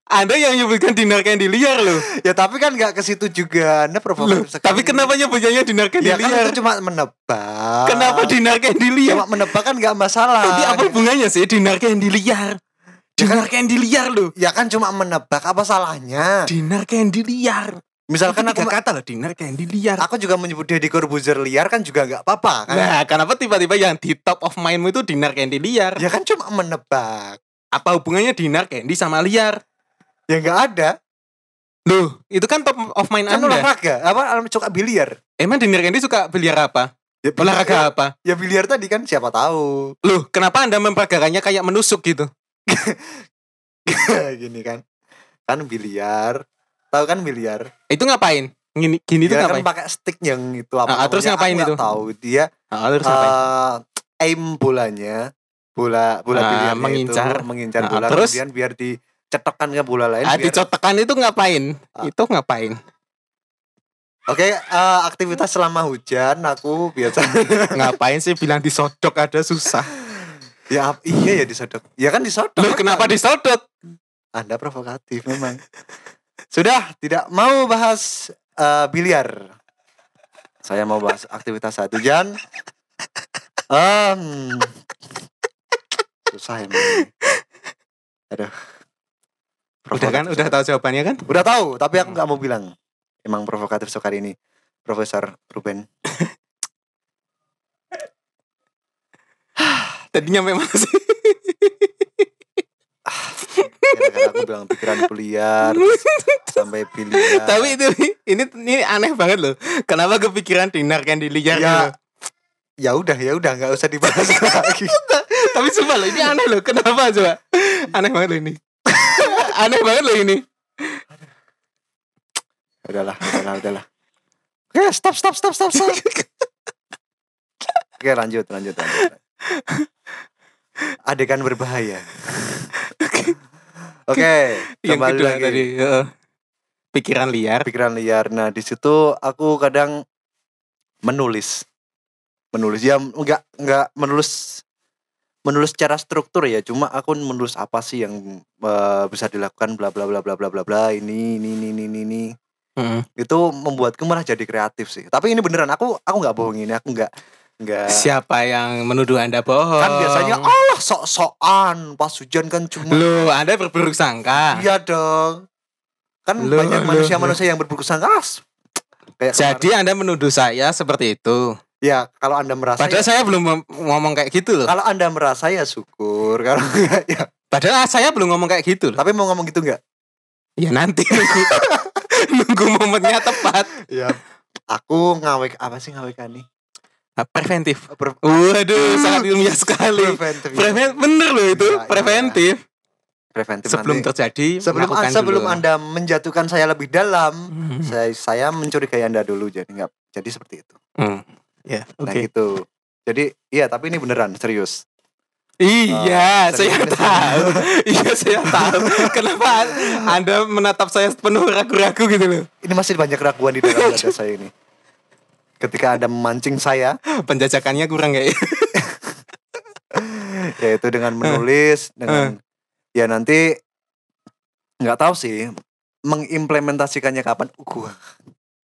S2: Anda yang nyebutkan dinar candy liar loh.
S1: ya tapi kan nggak ke situ juga anda
S2: Loh,
S1: provokatif sekali
S2: tapi kenapa nyebutnya dinar candy
S1: ya kan
S2: liar?
S1: itu cuma menebak
S2: Kenapa dinar candy liar?
S1: cuma menebak kan nggak masalah
S2: Tapi apa hubungannya sih dinar candy liar? Dinar candy liar loh.
S1: ya kan cuma menebak apa salahnya
S2: Dinar candy liar.
S1: misalkan aku
S2: kan kata loh dinar candy liar.
S1: aku juga menyebut Deddy Corbuzier liar kan juga nggak apa-apa kan
S2: Nah, kenapa tiba-tiba yang di top of mindmu itu dinar candy liar?
S1: ya kan cuma menebak
S2: Apa hubungannya dinar candy sama liar?
S1: Ya nggak ada.
S2: Loh, itu kan top of mind
S1: Kan
S2: Anda.
S1: olahraga, apa suka biliar.
S2: Emang dinar candy suka biliar apa?
S1: Ya,
S2: Olahraga apa?
S1: Ya biliar tadi kan siapa tahu.
S2: Loh, kenapa Anda memperagakannya kayak menusuk gitu?
S1: gini kan. Kan biliar. Tahu kan biliar?
S2: Itu ngapain? Gini, gini tuh
S1: Dia kan
S2: ngapain?
S1: pakai stick yang itu apa?
S2: Ah, ah, terus
S1: namanya,
S2: ngapain
S1: aku nggak
S2: itu?
S1: Tahu dia
S2: Ah, terus ngapain?
S1: eh aim bolanya bola bola
S2: Ah,
S1: biliarnya
S2: mengincar.
S1: itu, mengincar
S2: Ah,
S1: bola
S2: terus?
S1: kemudian biar dicetokkan ke bola lain
S2: Ah,
S1: biar-
S2: dicotekan itu ngapain?
S1: Ah.
S2: Itu ngapain?
S1: oke eh, aktivitas selama hujan aku biasa
S2: ngapain sih bilang disodok ada susah?
S1: ya ap- iya ya disodok ya kan disodok
S2: Loh, kenapa disodok?
S1: anda provokatif memang sudah tidak mau bahas eh, biliar saya mau bahas aktivitas satu Jan Em, susah emang ini. aduh
S2: Udah kan, udah tahu jawabannya kan?
S1: Udah tahu, tapi aku
S2: Hmm.
S1: nggak mau bilang. Emang provokatif sekali ini, Profesor Ruben.
S2: Tadi nyampe mana sih?
S1: Karena aku bilang pikiran biliar sampai biliar.
S2: Tapi itu ini ini aneh banget loh. Kenapa kepikiran dinar kan di
S1: Ya.
S2: liar? gitu?
S1: ya udah, ya udah nggak usah dibahas lagi.
S2: Tapi sumpah loh, ini aneh loh. Kenapa coba? Aneh banget loh ini. aneh banget loh ini.
S1: Udahlah, udahlah, udahlah. Oke, stop, stop, stop, stop, stop. Oke, lanjut, lanjut, lanjut. Adegan berbahaya. Oke,
S2: Yang
S1: kembali
S2: kedua
S1: lagi.
S2: tadi, heeh. pikiran liar.
S1: pikiran liar. Nah di situ aku kadang menulis, menulis ya nggak nggak menulis menulis secara struktur ya. Cuma aku menulis apa sih yang eh, bisa dilakukan bla bla bla bla bla bla bla ini ini ini ini ini, ini.
S2: Heeh.
S1: Itu membuatku malah jadi kreatif sih. Tapi ini beneran aku aku nggak bohongin, aku nggak nggak
S2: Siapa yang menuduh Anda bohong?
S1: Iya. kan biasanya Allah sok-sokan pas hujan kan cuma
S2: Loh, Anda berburuk sangka.
S1: iya dong kan
S2: Lu-
S1: banyak
S2: lu-
S1: manusia-manusia yang berburuk sangka ah, s- kayak kemarin.
S2: Jadi Anda menuduh saya seperti itu.
S1: Ya, kalau Anda merasa
S2: Padahal
S1: ya,
S2: saya belum mem- ngomong kayak gitu loh.
S1: kalau Anda merasa ya syukur. Kalau enggak ya.
S2: Padahal saya belum ngomong kayak gitu loh.
S1: Tapi mau ngomong gitu enggak?
S2: Ya nanti nunggu, nunggu momennya tepat.
S1: Ya. Aku ngawek apa sih ngawekan nih?
S2: Ah, Preventif.
S1: Pre-
S2: Waduh, sangat ilmiah sekali.
S1: preventif.
S2: Preven bener loh itu,
S1: Iya, iya.
S2: preventif.
S1: preventif
S2: Sebelum
S1: nanti.
S2: terjadi,
S1: sebelum
S2: lakukan
S1: sebelum
S2: dulu.
S1: Anda menjatuhkan saya lebih dalam,
S2: Hmm.
S1: saya saya mencurigai Anda dulu jadi enggak. Jadi seperti itu.
S2: Hmm. Ya, oke.
S1: Nah, gitu. Jadi, iya, tapi ini beneran serius. Eh,
S2: Iya, saya
S1: serius.
S2: tahu. iya, saya tahu. Kenapa Anda menatap saya penuh ragu-ragu gitu loh?
S1: Ini masih banyak raguan di dalam dada saya ini. Ketika Anda memancing saya,
S2: Penjajakannya kurang kayak
S1: yaitu dengan menulis dengan ya nanti nggak tahu sih mengimplementasikannya kapan Uh, gua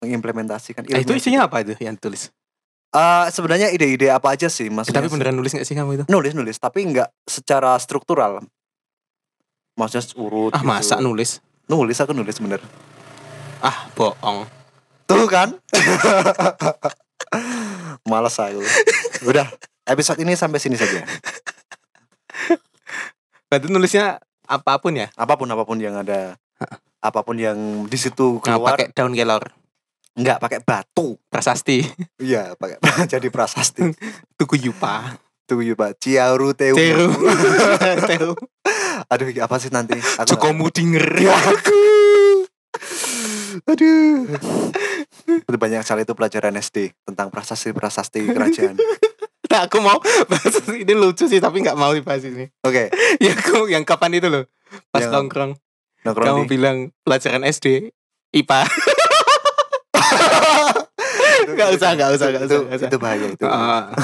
S1: mengimplementasikan
S2: Eh,
S1: ilmu
S2: itu isinya apa itu yang tulis?
S1: Eh, sebenarnya ide-ide apa aja sih
S2: Eh,
S1: maksudnya
S2: tapi beneran nulis gak sih kamu itu?
S1: nulis nulis tapi nggak secara struktural maksudnya urut
S2: Ah,
S1: gitu.
S2: masa nulis?
S1: nulis aku nulis bener
S2: Ah, bohong.
S1: tuh kan malas aku udah episode ini sampai sini saja
S2: Berarti nulisnya apapun ya?
S1: apapun apapun yang ada apapun yang di situ
S2: Nah,
S1: keluar
S2: pakai daun kelor,
S1: nggak pakai batu
S2: prasasti,
S1: Iya, pakai jadi prasasti.
S2: tuku yupa,
S1: Tuyu Pak Ciaru Teu.
S2: teru, teru,
S1: Aduh, ini apa sih nanti? Aku
S2: joko mudinger.
S1: Aku. Aduh. Itu banyak sekali itu pelajaran SD tentang prasasti-prasasti kerajaan.
S2: Nah, aku mau bahas ini lucu sih tapi nggak mau dibahas ini.
S1: Oke,
S2: Ya aku yang kapan itu loh? Pas
S1: Yang
S2: nongkrong, kamu
S1: nongkrong di.
S2: bilang pelajaran SD IPA. Nggak usah, nggak usah, nggak usah,
S1: Itu-
S2: nggak usah.
S1: Itu bahaya itu.
S2: Ah.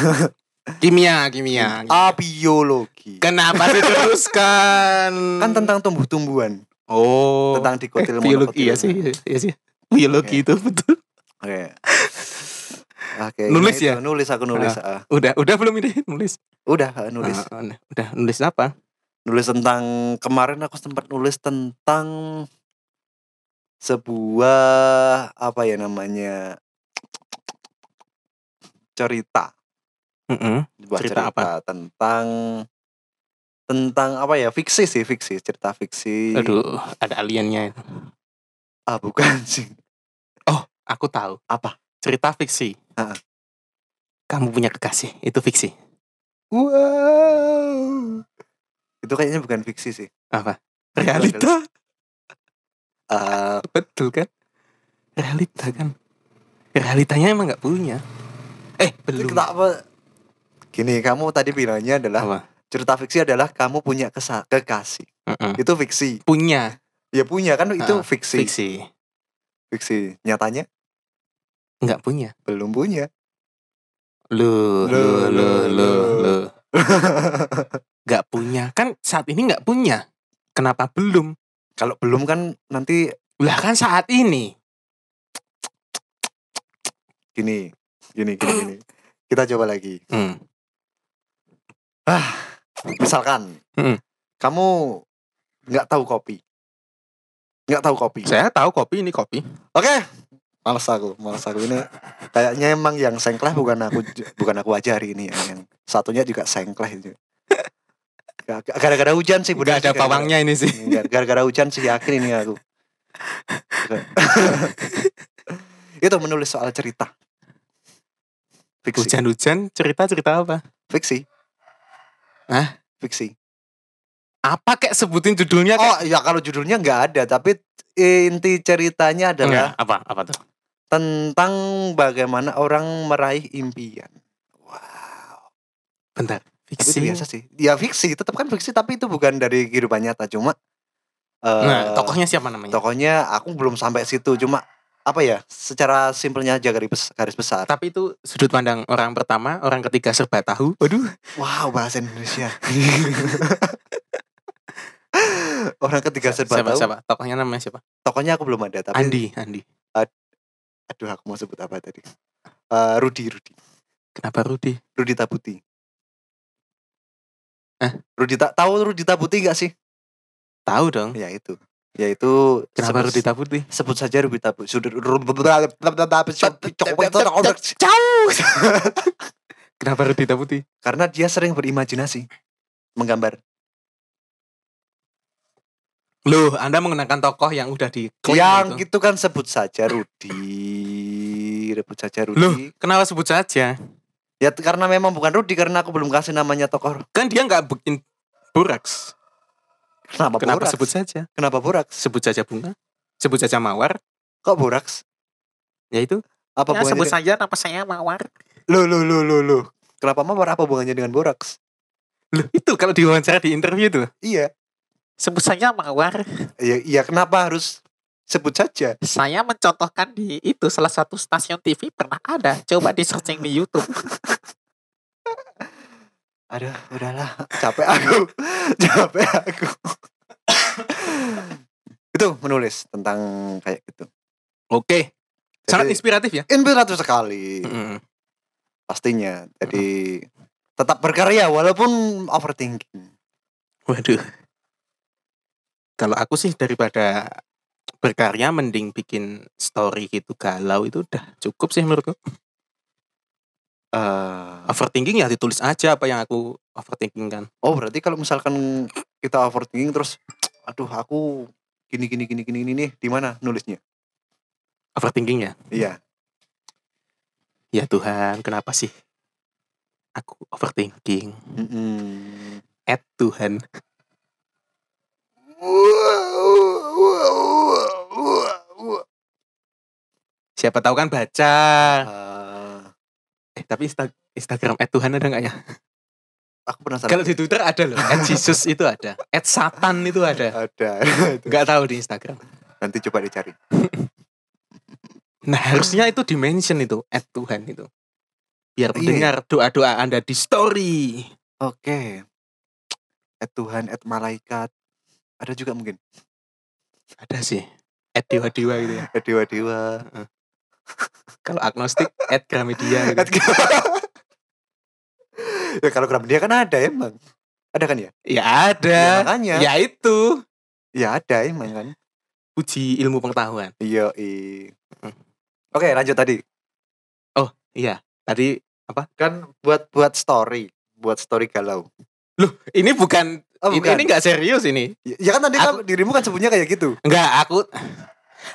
S2: iya, kimia, kimia.
S1: Ah, biologi.
S2: Kenapa diteruskan?
S1: Kan tentang tumbuh-tumbuhan,
S2: oh
S1: tentang dikotil
S2: eh,
S1: monokotil.
S2: biologi ya sih, iya, iya sih. Biologi itu betul.
S1: Oke. Oke.
S2: Nulis
S1: itu,
S2: ya?
S1: Nulis aku nulis. ah.
S2: Udah, udah belum ini nulis.
S1: Udah, ah, nulis.
S2: Ah, ah, udah nulis apa?
S1: nulis tentang kemarin aku sempat nulis tentang sebuah apa ya namanya cerita
S2: Mm-mm.
S1: sebuah
S2: Cerita
S1: cerita, tentang tentang apa ya fiksi sih fiksi cerita fiksi
S2: Aduh, ada aliennya. itu.
S1: ah bukan sih
S2: Aku tahu.
S1: Apa?
S2: Cerita fiksi.
S1: Ah.
S2: kamu punya kekasih itu fiksi
S1: Wow. Itu kayaknya bukan fiksi sih.
S2: apa
S1: adalah-
S2: realita
S1: Eh,
S2: betul kan realita kan realitanya emang nggak punya eh
S1: itu
S2: belum
S1: kenapa? Gini, kamu tadi bilangnya adalah
S2: Apa?
S1: cerita fiksi adalah kamu punya kesa- kekasih.
S2: Mm-mm.
S1: Itu fiksi.
S2: punya
S1: Ya punya kan itu
S2: Hmm. Ah,
S1: fiksi. fiksi.
S2: fiksi
S1: Nyatanya
S2: nggak punya
S1: belum punya. Lu,
S2: lu lu lu lu
S1: lu.
S2: lu nggak punya kan saat ini nggak punya kenapa belum
S1: Kalau belum kan nanti
S2: lah kan saat ini
S1: gini, gini, gini, gini. Kita coba lagi.
S2: Hmm.
S1: Misalkan
S2: Mm-mm.
S1: kamu nggak tahu kopi, nggak tahu kopi.
S2: saya tahu kopi ini kopi
S1: Oke. Males aku, males aku ini kayaknya emang yang sengkleh bukan aku bukan aku aja hari ini ya. yang satunya juga sengkleh itu. Ga- ga- Gara-gara hujan sih bener
S2: udah ada
S1: sih, gara-gara-
S2: pawangnya ini sih
S1: Enggak, Gara-gara hujan sih yakin ini aku. itu menulis soal cerita. Fiksi.
S2: hujan-hujan cerita-cerita apa
S1: Fiksi.
S2: Hah? Iya
S1: Fiksi.
S2: apa kayak sebutin judulnya
S1: Oh,
S2: kayak
S1: ya kalau judulnya nggak ada, tapi inti ceritanya adalah
S2: Enggak, Oh, apa apa tuh
S1: tentang bagaimana orang meraih impian. Wow.
S2: bentar
S1: Tapi itu
S2: fiksi
S1: biasa sih. Ya fiksi, tetap kan fiksi tapi itu bukan dari kehidupan nyata. Cuma eh,
S2: nah tokohnya siapa namanya
S1: tokohnya aku belum sampai situ. Cuma apa ya? Secara simpelnya aja garis bes- garis besar.
S2: tapi itu sudut pandang orang pertama orang ketiga serba tahu waduh
S1: Wow, bahasa Indonesia. orang ketiga serba
S2: siapa
S1: tahu.
S2: siapa tokohnya namanya siapa
S1: Tokohnya aku belum ada. Tapi
S2: Andi Andi
S1: aduh aku mau sebut apa tadi? Eh, Rudi, Rudi,
S2: kenapa Rudi
S1: Rudi Tabuti.
S2: Hah?
S1: Rudi tak tahu Rudi Tabuti nggak sih?
S2: tahu dong
S1: ya itu ya itu
S2: kenapa Rudi
S1: sebut,
S2: Tabuti
S1: sebut saja Rudi Tabu sudah Rudi-
S2: jauh kenapa Rudi Tabuti
S1: karena dia sering berimajinasi menggambar
S2: Loh, Anda menggunakan tokoh yang udah di
S1: yang
S2: itu.
S1: itu kan sebut saja Rudi sebut saja Rudi
S2: Loh, kenapa sebut saja?
S1: ya t- karena memang bukan Rudi karena aku belum kasih namanya tokoh
S2: Kan dia nggak bikin buraks.
S1: kenapa,
S2: Kenapa
S1: Boraks?
S2: sebut saja?
S1: kenapa Boraks
S2: Sebut saja bunga. Sebut saja mawar.
S1: kok Boraks
S2: Ya itu.
S1: apa
S2: Ya, sebut
S1: hubungannya
S2: saja nama saya mawar.
S1: lo lo lo lo lo kenapa mawar apa hubungannya dengan Boraks
S2: Loh, itu kalau diwawancara di interview itu.
S1: iya
S2: Sebut saja mawar.
S1: iya iya kenapa harus sebut saja
S2: Saya mencontohkan di itu salah satu stasiun TV pernah ada. Coba di searching di YouTube.
S1: Aduh, udahlah, capek aku, capek aku. itu menulis tentang kayak gitu.
S2: Oke. Sangat
S1: Jadi,
S2: inspiratif ya.
S1: inspiratif sekali pastinya. Jadi tetap berkarya walaupun overthinking.
S2: Waduh. Kalau aku sih daripada berkarya mending bikin story gitu galau itu udah cukup sih menurutku.
S1: Eh,
S2: Overthinking ya ditulis aja apa yang aku overthinking kan.
S1: oh berarti kalau misalkan kita overthinking terus, aduh aku gini gini gini gini gini nih, di mana nulisnya?
S2: Overthinking ya.
S1: Iya,
S2: Ya Tuhan, kenapa sih aku overthinking?
S1: Mm-mm.
S2: At Tuhan. Siapa tahu kan baca.
S1: Eh,
S2: Eh tapi Insta- Instagram at Tuhan ada nggak ya?
S1: aku penasaran.
S2: Kalau di Twitter ada loh. At Jesus itu ada. At Satan itu ada.
S1: ada itu.
S2: Nggak tahu di Instagram.
S1: nanti coba dicari
S2: Nah harusnya itu dimension itu at Tuhan itu
S1: Iya.
S2: biar mendengar doa-doa anda di story.
S1: oke at Tuhan at malaikat ada juga mungkin
S2: Ada sih at dewa dewa gitu ya.
S1: at dewa dewa
S2: Kalau agnostik at Gramedia. Gitu.
S1: ya kalau Gramedia kan ada emang ada kan ya,
S2: Ya
S1: ya
S2: ada.
S1: makanya
S2: Ya,
S1: ya.
S2: itu
S1: ada emang kan
S2: uji ilmu pengetahuan.
S1: iya oke lanjut tadi
S2: Tadi
S1: kan buat buat story buat story galau
S2: ini bukan
S1: oh,
S2: ini
S1: bukan.
S2: ini nggak serius ini.
S1: Ya- ya kan tadi kamu- dirimu kan sebutnya kayak gitu
S2: Nggak aku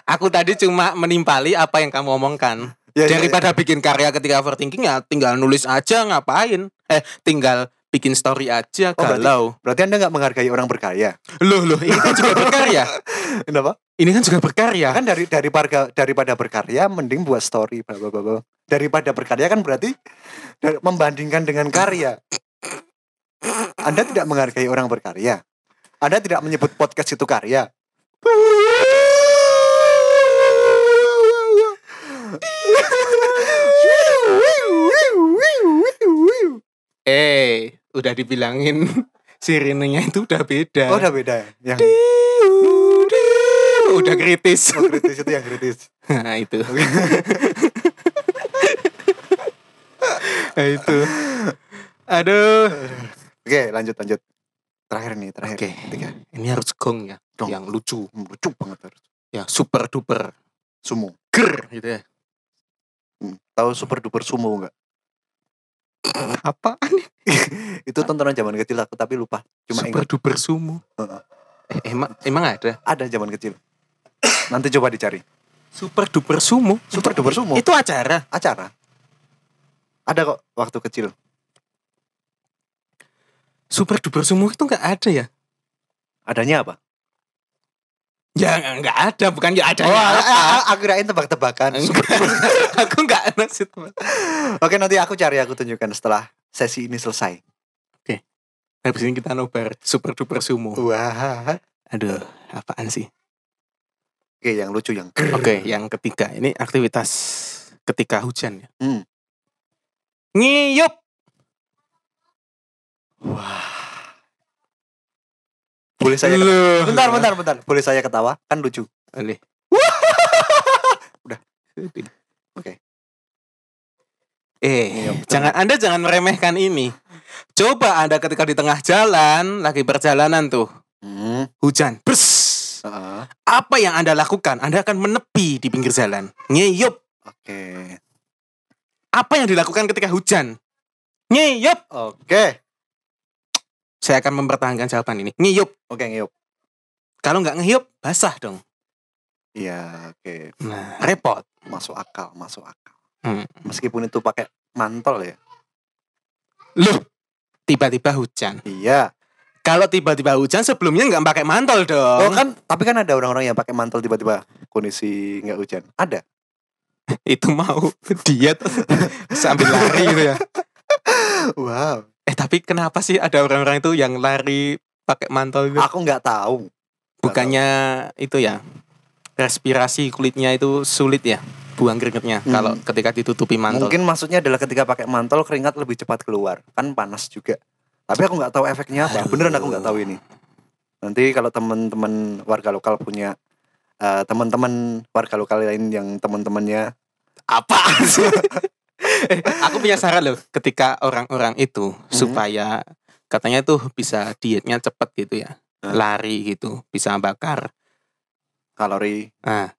S2: aku tadi cuma menimpali apa yang kamu omongkan.
S1: Ya, ya,
S2: daripada bikin karya ketika overthinking ya tinggal nulis aja ngapain eh tinggal bikin story aja
S1: Oh, berarti-
S2: kalau
S1: Berarti Anda nggak menghargai orang berkarya.
S2: loh loh ini kan juga berkarya
S1: Kenapa?
S2: ini kan juga berkarya
S1: Kan dari dari parga- daripada berkarya mending buat story bla bla bla, bla. Daripada berkarya kan berarti dar- membandingkan dengan karya. Anda tidak menghargai orang berkarya. Anda tidak menyebut podcast itu karya.
S2: eh udah dibilangin sirinenya itu udah beda
S1: Oh, udah beda ya. Yang
S2: Diu, diu. udah kritis
S1: oh, kritis itu yang kritis.
S2: nah itu nah, itu aduh
S1: Oke, lanjut lanjut. Terakhir nih, terakhir.
S2: Oke.
S1: Tiga.
S2: ini harus gong ya
S1: Dong.
S2: yang lucu
S1: Hmm, Lucu banget harus.
S2: ya super duper
S1: Sumo.
S2: ger gitu ya
S1: Hmm. Tahu super duper sumo nggak?
S2: apa
S1: Itu tontonan zaman kecil aku tapi lupa. Cuma
S2: super
S1: ingat
S2: duper sumo
S1: Heeh.
S2: eh, emang emang ada
S1: ada zaman kecil. Nanti coba dicari.
S2: super duper sumo
S1: Super duper sumo.
S2: itu acara
S1: Acara. Ada kok waktu kecil.
S2: super duper sumo itu nggak ada ya
S1: Adanya apa?
S2: ya nggak ada bukan nggak ada
S1: Oh,
S2: ya
S1: a-
S2: apa.
S1: a- aku kirain tebak-tebakan.
S2: aku nggak maksud
S1: Oke, nanti aku cari aku tunjukkan setelah sesi ini selesai.
S2: habis ini kita nobar super duper sumo
S1: Wah.
S2: aduh apaan sih
S1: Oke, yang lucu yang
S2: oke yang ketiga ini aktivitas ketika hujan ya
S1: Hmm.
S2: ngiyup
S1: boleh saya ketawa.
S2: Loh.
S1: Bentar, bentar, bentar. Boleh saya ketawa? Kan lucu.
S2: Oleh.
S1: Udah. Oke.
S2: Eh,
S1: Iya,
S2: jangan Anda jangan meremehkan ini. Coba Anda ketika di tengah jalan lagi perjalanan tuh,
S1: Hmm.
S2: hujan. Bers.
S1: heeh.
S2: Apa yang Anda lakukan? Anda akan menepi di pinggir jalan. Ngeyup.
S1: Oke.
S2: Apa yang dilakukan ketika hujan? Ngeyup.
S1: Oke.
S2: Saya akan mempertahankan jawaban ini. Ngeyup.
S1: Oke, ngeyup.
S2: Kalau nggak ngeyup, basah dong.
S1: Iya, oke.
S2: Nah, repot.
S1: Masuk akal, masuk akal.
S2: Hmm.
S1: Meskipun itu pakai mantol ya.
S2: Loh, tiba-tiba hujan.
S1: Iya.
S2: Kalau tiba-tiba hujan sebelumnya nggak pakai mantel dong.
S1: Oh kan, tapi kan ada orang-orang yang pakai mantel tiba-tiba kondisi nggak hujan. Ada.
S2: itu mau diet sambil lari gitu ya.
S1: Wow.
S2: Eh tapi kenapa sih ada orang-orang itu yang lari pakai mantel gitu?
S1: Aku nggak tahu.
S2: Bukannya itu ya respirasi kulitnya itu sulit ya buang keringatnya
S1: Hmm.
S2: kalau ketika ditutupi mantel.
S1: Mungkin maksudnya adalah ketika pakai mantel keringat lebih cepat keluar. Kan panas juga. Tapi aku nggak tahu efeknya apa.
S2: Aduh.
S1: Beneran aku nggak tahu ini. Nanti kalau teman-teman warga lokal punya eh, teman-teman warga lokal lain yang teman-temannya
S2: Apa sih? Eh, aku punya saran loh ketika orang-orang itu supaya katanya tuh bisa dietnya cepet gitu ya.
S1: Hah?
S2: Lari gitu, bisa bakar
S1: kalori
S2: ah,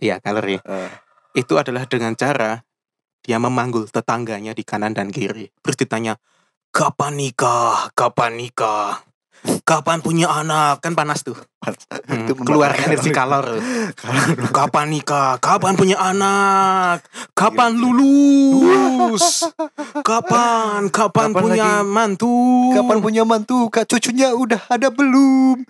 S2: ya kalori.
S1: eh,
S2: itu adalah dengan cara dia memanggul tetangganya di kanan dan kiri. Terus ditanya, kapan nikah? Kapan nikah? Kapan punya anak? Kan panas tuh. Hmm,
S1: Itu
S2: keluar
S1: membakar
S2: energi kalor. Kapan nikah? Kapan punya anak? Kapan
S1: Gila.
S2: lulus? Kapan? Kapan,
S1: Kapan
S2: punya
S1: lagi?
S2: mantu?
S1: Kapan punya mantu? Kak cucunya udah ada belum?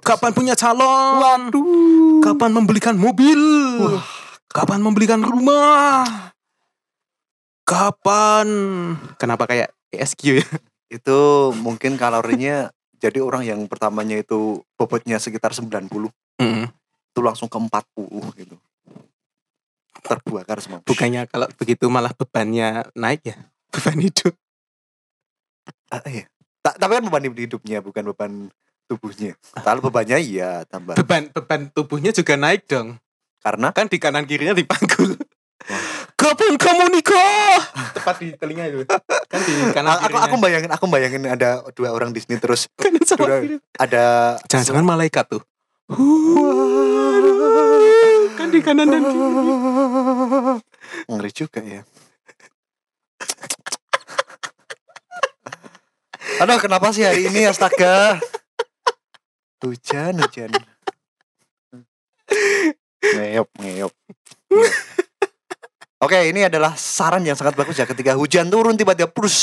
S1: Itu
S2: kapan punya calon?
S1: Aduh.
S2: Kapan membelikan mobil?
S1: Wah.
S2: Kapan membelikan rumah? Kapan? Kenapa kayak ESQ ya?
S1: itu mungkin kalorinya jadi orang yang pertamanya itu bobotnya sekitar 90 itu langsung ke 40 gitu terbakar semua
S2: Bukannya kalau begitu malah bebannya naik ya? Beban hidup.
S1: Ah, iya. Ta- tapi kan beban hidupnya bukan beban tubuhnya kalau bebannya iya tambah
S2: Beban beban tubuhnya juga naik dong.
S1: karena
S2: Kan di kanan kirinya dipanggul.
S1: Wah.
S2: Kapan kamu nikah? Tepat di telinga itu. Kan di kanan
S1: aku aku bayangin aku bayangin ada dua orang di sini terus
S2: kanan sama
S1: Udah.
S2: kiri.
S1: ada
S2: Jangan-jangan malaikat tuh.
S1: Wah.
S2: Kan di kanan dan kiri.
S1: Ngeri juga ya. Aduh, kenapa sih hari ini astaga? Hujan, hujan. Ngeyop, ngeyop. Oke, ini adalah saran yang sangat bagus ya ketika hujan turun tiba-tiba plus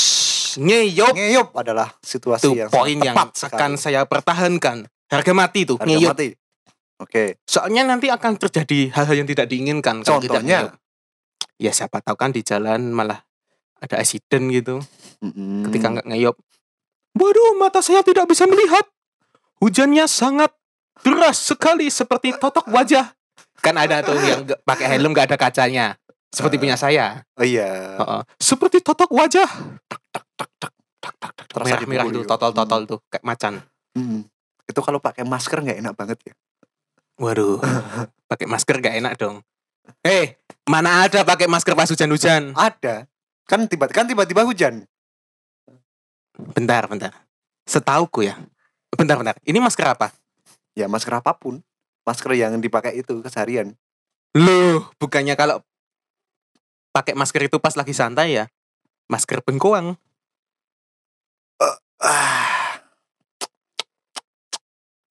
S2: Ngeyop
S1: ngeyop adalah situasi
S2: itu
S1: yang
S2: poin
S1: sangat
S2: yang
S1: tepat
S2: akan saya pertahankan. Harga mati tuh
S1: sekali. harga
S2: ngeyop.
S1: mati. Oke,
S2: Soalnya nanti akan terjadi hal-hal yang tidak diinginkan kan kalau tidak
S1: Contohnya?
S2: ngeyop. Ya siapa tahu kan di jalan malah ada accident gitu
S1: Mm-mm.
S2: ketika nggak ngeyop. Waduh, mata saya tidak bisa melihat. Hujannya sangat deras sekali seperti totok wajah. Kan ada tuh yang nggak- pakai helm nggak ada kacanya.
S1: Eh.
S2: Seperti punya saya.
S1: oh iya
S2: Heeh. Seperti totok wajah. Tak, tak, tak, tak,
S1: Terasa
S2: Merah-merah
S1: dipukul
S2: itu,
S1: juga.
S2: totol-totol tuh kayak macan.
S1: Mm. itu kalau pakai masker nggak enak banget ya.
S2: Waduh, pakai masker gak enak dong. Eh, mana ada pakai masker pas hujan-hujan?
S1: Ada kan tiba kan tiba-tiba hujan.
S2: Bentar, bentar. Setauku ya. Bentar, bentar. Ini masker apa?
S1: Ya masker apapun, masker yang dipakai itu keseharian.
S2: Loh, bukannya kalau pakai masker itu pas lagi santai ya? Masker bengkoang.
S1: Ah,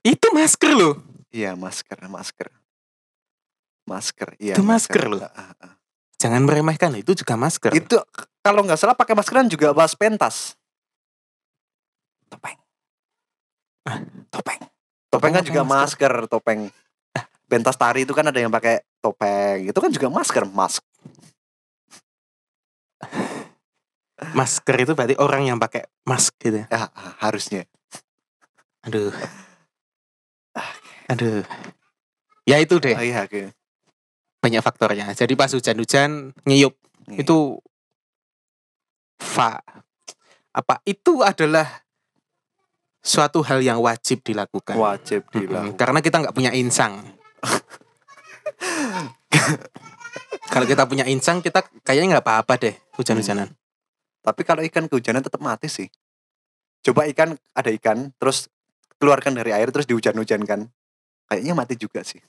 S2: Itu masker loh.
S1: iya masker, masker, masker. Iya
S2: Itu masker loh.
S1: Ah, ah, ah.
S2: Jangan meremehkan, itu juga masker.
S1: Itu k- kalau nggak salah pakai maskeran juga pas pentas. Topeng.
S2: Ah.
S1: Topeng. Topeng kan
S2: pakai
S1: juga masker,
S2: masker.
S1: topeng. Pentas tari itu kan ada yang pakai topeng, itu kan juga masker, mask.
S2: Masker itu berarti orang yang pakai mask gitu. ya.
S1: Ya, ah, harusnya.
S2: Aduh. Aduh. Ya
S1: Oh,
S2: itu deh,
S1: iya, oke.
S2: banyak faktornya. Jadi pas hujan-hujan ngiyup
S1: Nih.
S2: itu fa apa itu adalah suatu hal yang wajib dilakukan.
S1: wajib
S2: Mm-mm,
S1: dilakukan.
S2: Karena kita nggak punya insang. Kalau kita punya insang kita kayaknya nggak apa-apa deh hujan-hujanan.
S1: Tapi kalau ikan kehujanan tetap mati sih. Coba ikan ada ikan, terus keluarkan dari air, terus dihujan-hujankan. Kayaknya mati juga sih.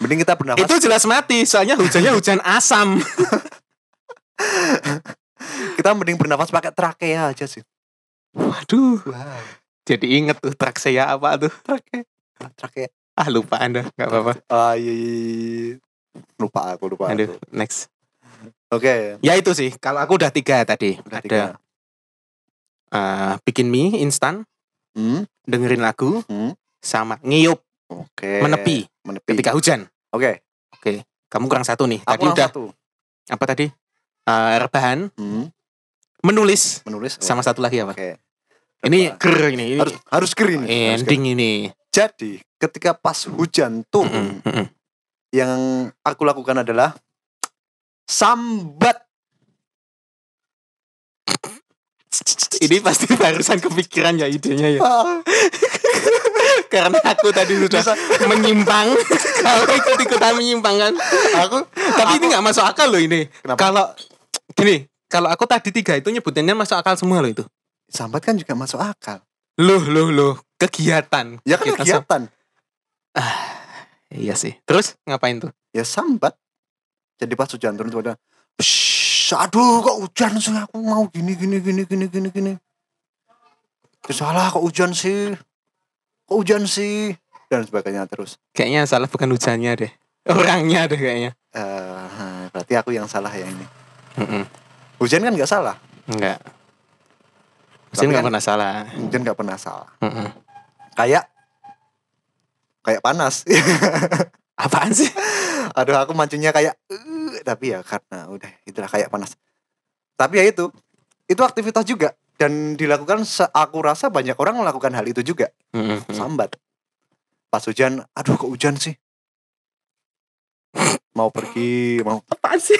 S1: Mending kita bernafas.
S2: Itu jelas mati, soalnya hujannya hujan asam.
S1: Kita mending bernafas pakai trakea aja sih.
S2: Waduh,
S1: Wow.
S2: jadi inget tuh traksia apa tuh? Trakea.
S1: Trakea.
S2: Ah lupa anda, nggak apa-apa.
S1: Ah, iya, iya, iya. Lupa aku, lupa aku.
S2: Aduh, next.
S1: Oke.
S2: Ya itu sih. Kalau aku udah tiga tadi.
S1: udah
S2: Ada
S1: tiga.
S2: eh, bikin mie instan,
S1: Hmm,
S2: dengerin lagu,
S1: hmm.
S2: sama ngiyup,
S1: Oke.
S2: menepi
S1: Menepi.
S2: ketika hujan.
S1: Oke.
S2: Kamu kurang satu nih.
S1: Aku
S2: Tadi
S1: langsung
S2: udah
S1: satu.
S2: apa tadi? Eh, rebahan,
S1: Hmm,
S2: menulis,
S1: menulis.
S2: sama
S1: Oke.
S2: satu lagi apa?
S1: Oke.
S2: Ini ger ini. ini
S1: harus harus green. Harus green.
S2: ending ini.
S1: Jadi ketika pas hujan turun,
S2: Mm-mm, mm-mm.
S1: yang aku lakukan adalah sambat
S2: Ini pasti barusan kepikiran ya idenya ya.
S1: Ah,
S2: Karena aku tadi sudah
S1: bisa-
S2: menyimpang. Kalau ikut-ikutan menyimpang kan.
S1: aku
S2: Tapi ini
S1: aku-
S2: nggak masuk akal loh ini.
S1: Kenapa?
S2: Kalau gini, kalau aku tadi tiga itu nyebutinnya masuk akal semua loh itu.
S1: sambat kan juga masuk akal
S2: Loh, loh, loh, kegiatan.
S1: ya kan
S2: Kita sam-
S1: kegiatan
S2: Iya sih. Terus ngapain tuh?
S1: ya sambat jadi pas hujan turun tiba-tiba "Psh, aduh kok hujan sih aku mau gini gini gini gini gini gini terus salah kok hujan sih kok hujan sih dan sebagainya terus
S2: Kayaknya salah bukan hujannya deh. Orangnya deh kayaknya.
S1: eh berarti aku yang salah ya ini
S2: Mm-mm.
S1: hujan kan nggak salah
S2: Enggak.
S1: Tapi
S2: Hujan nggak
S1: kan-
S2: pernah salah.
S1: hujan nggak pernah salah
S2: Mm-mm.
S1: kayak kayak panas
S2: Apaan sih?
S1: aduh aku mancingnya kayak "Eh," tapi ya karena udah itulah kayak panas tapi ya itu itu aktivitas juga dan dilakukan se- aku rasa banyak orang melakukan hal itu juga
S2: Mm-mm.
S1: sambat pas hujan aduh kok hujan sih mau pergi mau
S2: Apaan sih?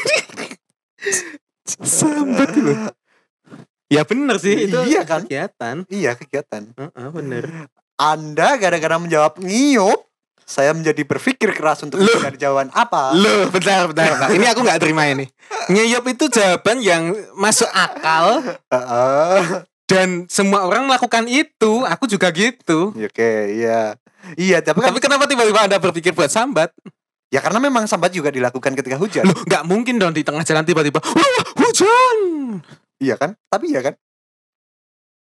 S2: Sambat loh. Ya bener sih itu
S1: Iya kan?
S2: kegiatan.
S1: iya kegiatan
S2: Heeh, bener.
S1: anda gara-gara menjawab ngiyup saya menjadi berpikir keras untuk
S2: Loh.
S1: mencari jawaban apa
S2: Loh, bentar, bentar, bentar. Ini aku nggak terima ini. Ngeyop itu jawaban yang masuk akal
S1: Heeh.
S2: dan semua orang melakukan itu. Aku juga gitu.
S1: oke iya iya tapi kan
S2: Tapi kenapa tiba-tiba Anda berpikir buat sambat?
S1: ya karena memang sambat juga dilakukan ketika hujan
S2: Loh, nggak mungkin dong di tengah jalan tiba-tiba "Wah, hujan.
S1: iya kan tapi iya kan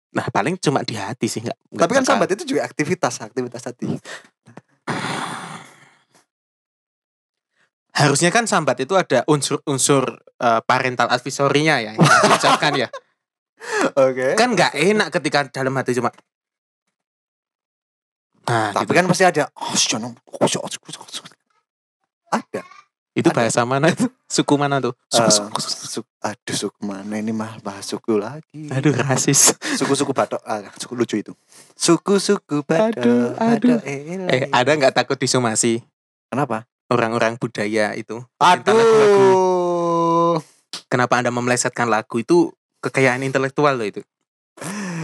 S2: Nah, paling cuma di hati sih nggak. nggak
S1: Tapi kan
S2: bakal.
S1: sambat itu juga aktivitas, aktivitas tadi.
S2: harusnya kan sambat itu ada unsur-unsur eh, parental advisory-nya ya yang diucapkan ya.
S1: Oke.
S2: Kan nggak enak ketika dalam hati cuma Nah,
S1: Tapi
S2: gitu.
S1: kan pasti ada. "Oh, jangan- oh, jangan- jangan- jangan." kan Ada.
S2: itu bahasa mana itu? Suku mana tuh? Suku,
S1: Eh,
S2: suku.
S1: su- aduh suku mana ini mah bahas suku lagi.
S2: Aduh, rasis.
S1: Suku-suku batok. Ah, suku lucu itu. Suku-suku batok.
S2: Aduh, aduh.
S1: batok elai.
S2: Eh, ada nggak takut disomasi
S1: Kenapa?
S2: orang-orang budaya itu? Cinta lagu-lagu.
S1: Aduh.
S2: Kenapa Anda memelesetkan lagu itu kekayaan intelektual loh itu?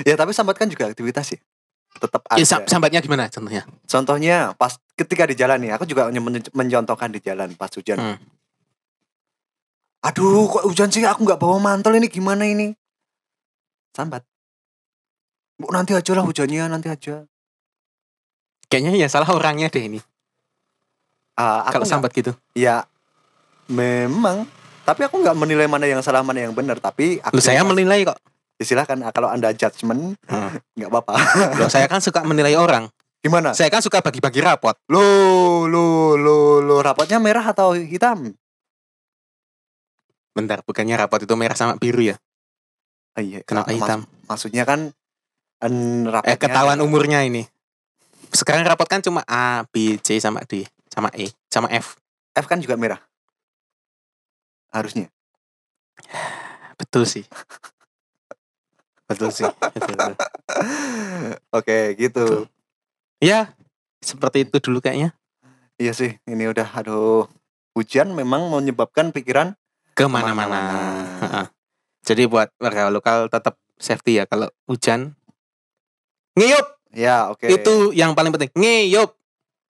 S1: Ya tapi sambat kan juga aktivitas sih. Tetap ada.
S2: Ya, sam- sambatnya gimana contohnya?
S1: Contohnya pas ketika di jalan nih, aku juga nye- men- mencontohkan di jalan pas hujan.
S2: Hmm.
S1: Aduh, kok hujan sih? Aku nggak bawa mantel ini gimana ini? Sambat. Bu, nanti aja lah hujannya, nanti aja.
S2: Kayaknya ya salah orangnya deh ini.
S1: Ah, aku
S2: Kalau
S1: nggak-
S2: sambat gitu.
S1: ya memang. Tapi aku nggak menilai mana yang salah mana yang benar. Tapi aku
S2: Lu saya menilai kok.
S1: silakan ah, kalau anda judgement
S2: Hmm.
S1: nggak apa-apa.
S2: Loh, saya kan suka menilai orang.
S1: Gimana?
S2: Saya kan suka bagi-bagi rapot.
S1: Lo, lo, lo, lo. Rapatnya merah atau hitam?
S2: Bentar, bukannya rapot itu merah sama biru ya?
S1: Ah, iya.
S2: Kenapa
S1: Mak-
S2: hitam?
S1: maksudnya kan en,
S2: Eh,
S1: rapatnya
S2: ketahuan umurnya ini. Sekarang rapot kan cuma A, B, C sama D, sama E, sama F.
S1: F kan juga merah harusnya
S2: Betul sih. Betul sih. Betul, betul.
S1: oke gitu
S2: Ya, seperti itu dulu kayaknya.
S1: iya sih ini udah aduh hujan memang menyebabkan pikiran
S2: Kemana-mana.
S1: Kemana-mana.
S2: Heeh. Jadi buat warga lokal tetap safety ya kalau hujan. Ngeyup,
S1: ya oke
S2: itu yang paling penting. Ngeyup,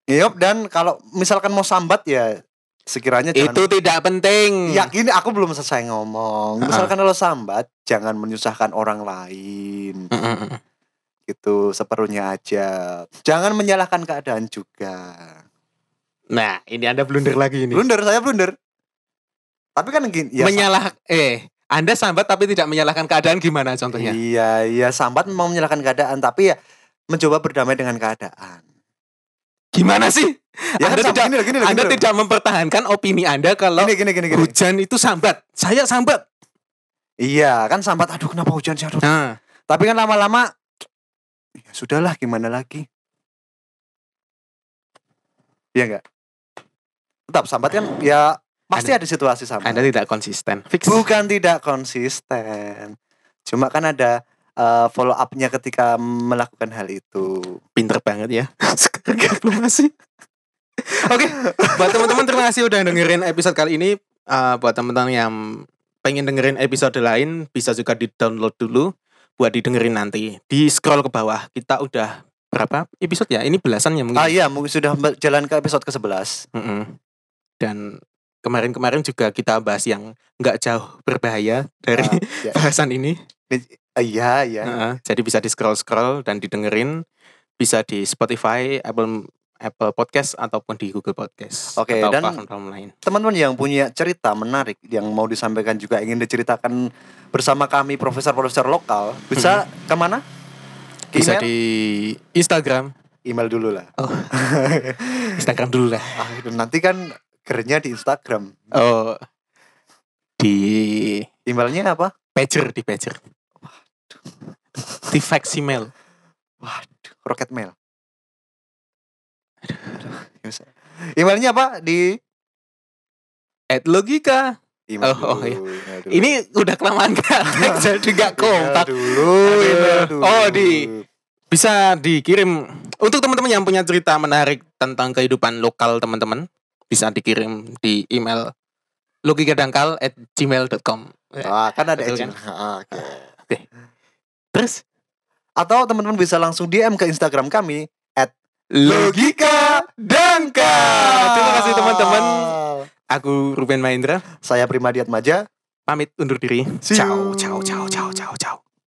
S1: Ngeyop dan kalau misalkan mau sambat ya sekiranya
S2: itu Iya.
S1: jangan
S2: tidak penting.
S1: ya gini aku belum selesai ngomong
S2: Ha-ha.
S1: misalkan kalau sambat jangan menyusahkan orang lain
S2: Mm-mm.
S1: gitu seperlunya aja jangan menyalahkan keadaan juga
S2: Nah, ini Anda blunder Iya, lagi ini.
S1: blunder saya blunder tapi kan gini ya,
S2: Menyalah eh Anda sambat tapi tidak menyalahkan keadaan gimana contohnya?
S1: Iya, iya sambat memang menyalahkan keadaan, tapi ya mencoba berdamai dengan keadaan.
S2: Gimana sih?
S1: Ya
S2: Anda
S1: kan,
S2: tidak-
S1: gini, loh, gini, loh,
S2: Anda
S1: gini, loh.
S2: tidak mempertahankan opini Anda kalau
S1: Gini, gini, gini, gini.
S2: hujan itu sambat. Saya sambat.
S1: Iya, kan sambat. Aduh, kenapa hujan sih? Aduh.
S2: Nah,
S1: Tapi kan lama-lama, ya sudahlah, gimana lagi? Iya enggak? Tetap sambat kan, ya pasti ada situasi sambat.
S2: Anda tidak konsisten. Fix.
S1: Bukan tidak konsisten, cuma kan ada eh, follow up-nya ketika melakukan hal itu.
S2: pinter banget ya sekarang masih oke buat teman-teman terima kasih udah dengerin episode kali ini Eh, buat teman-teman yang pengen dengerin episode lain bisa juga di download dulu buat didengerin nanti di scroll ke bawah kita udah berapa episode ya ini belasan ya
S1: Ah
S2: mungkin
S1: iya, mungkin sudah jalan ke episode ke-11.
S2: Mm-mm. dan kemarin-kemarin juga kita bahas yang nggak jauh berbahaya dari
S1: Ah, ya.
S2: bahasan ini
S1: Ah, Iya, iya.
S2: Heeh, jadi bisa di scroll scroll dan didengerin bisa di Spotify, Apple Apple Podcast ataupun di Google Podcast.
S1: Oke,
S2: atau
S1: dan-
S2: platform lain.
S1: Teman-teman yang punya cerita menarik yang mau disampaikan juga ingin diceritakan bersama kami profesor-profesor lokal, bisa kemana? Ke
S2: Hmm. Bisa
S1: email?
S2: di Instagram.
S1: email dulu lah.
S2: Oh, Instagram dulu lah.
S1: Ah, itu nanti kan gernya di Instagram.
S2: Oh, di
S1: Emailnya apa?
S2: pager di pager. Di fax email.
S1: Waduh, rocket mail. Aduh, ya usah. Emailnya apa? Di
S2: At logika.
S1: email
S2: Oh, oh, iya.
S1: dulu, email dulu.
S2: Ini udah kelamaan kan, jadi nggak
S1: Email
S2: kompak.
S1: dulu,
S2: Aduh.
S1: email dulu.
S2: Oh, di- bisa dikirim untuk teman-teman yang punya cerita menarik tentang kehidupan lokal teman-teman bisa dikirim di email logikadangkal@gmail.com
S1: Ah, kan ada
S2: Betul
S1: agent. Ah, oke.
S2: terus
S1: Atau teman-teman bisa langsung DM ke Instagram kami
S2: logika dangkal terima kasih teman-teman aku Ruben Mahendra
S1: Saya Prima Diatmaja.
S2: pamit undur diri
S1: See you.
S2: ciao ciao ciao ciao ciao ciao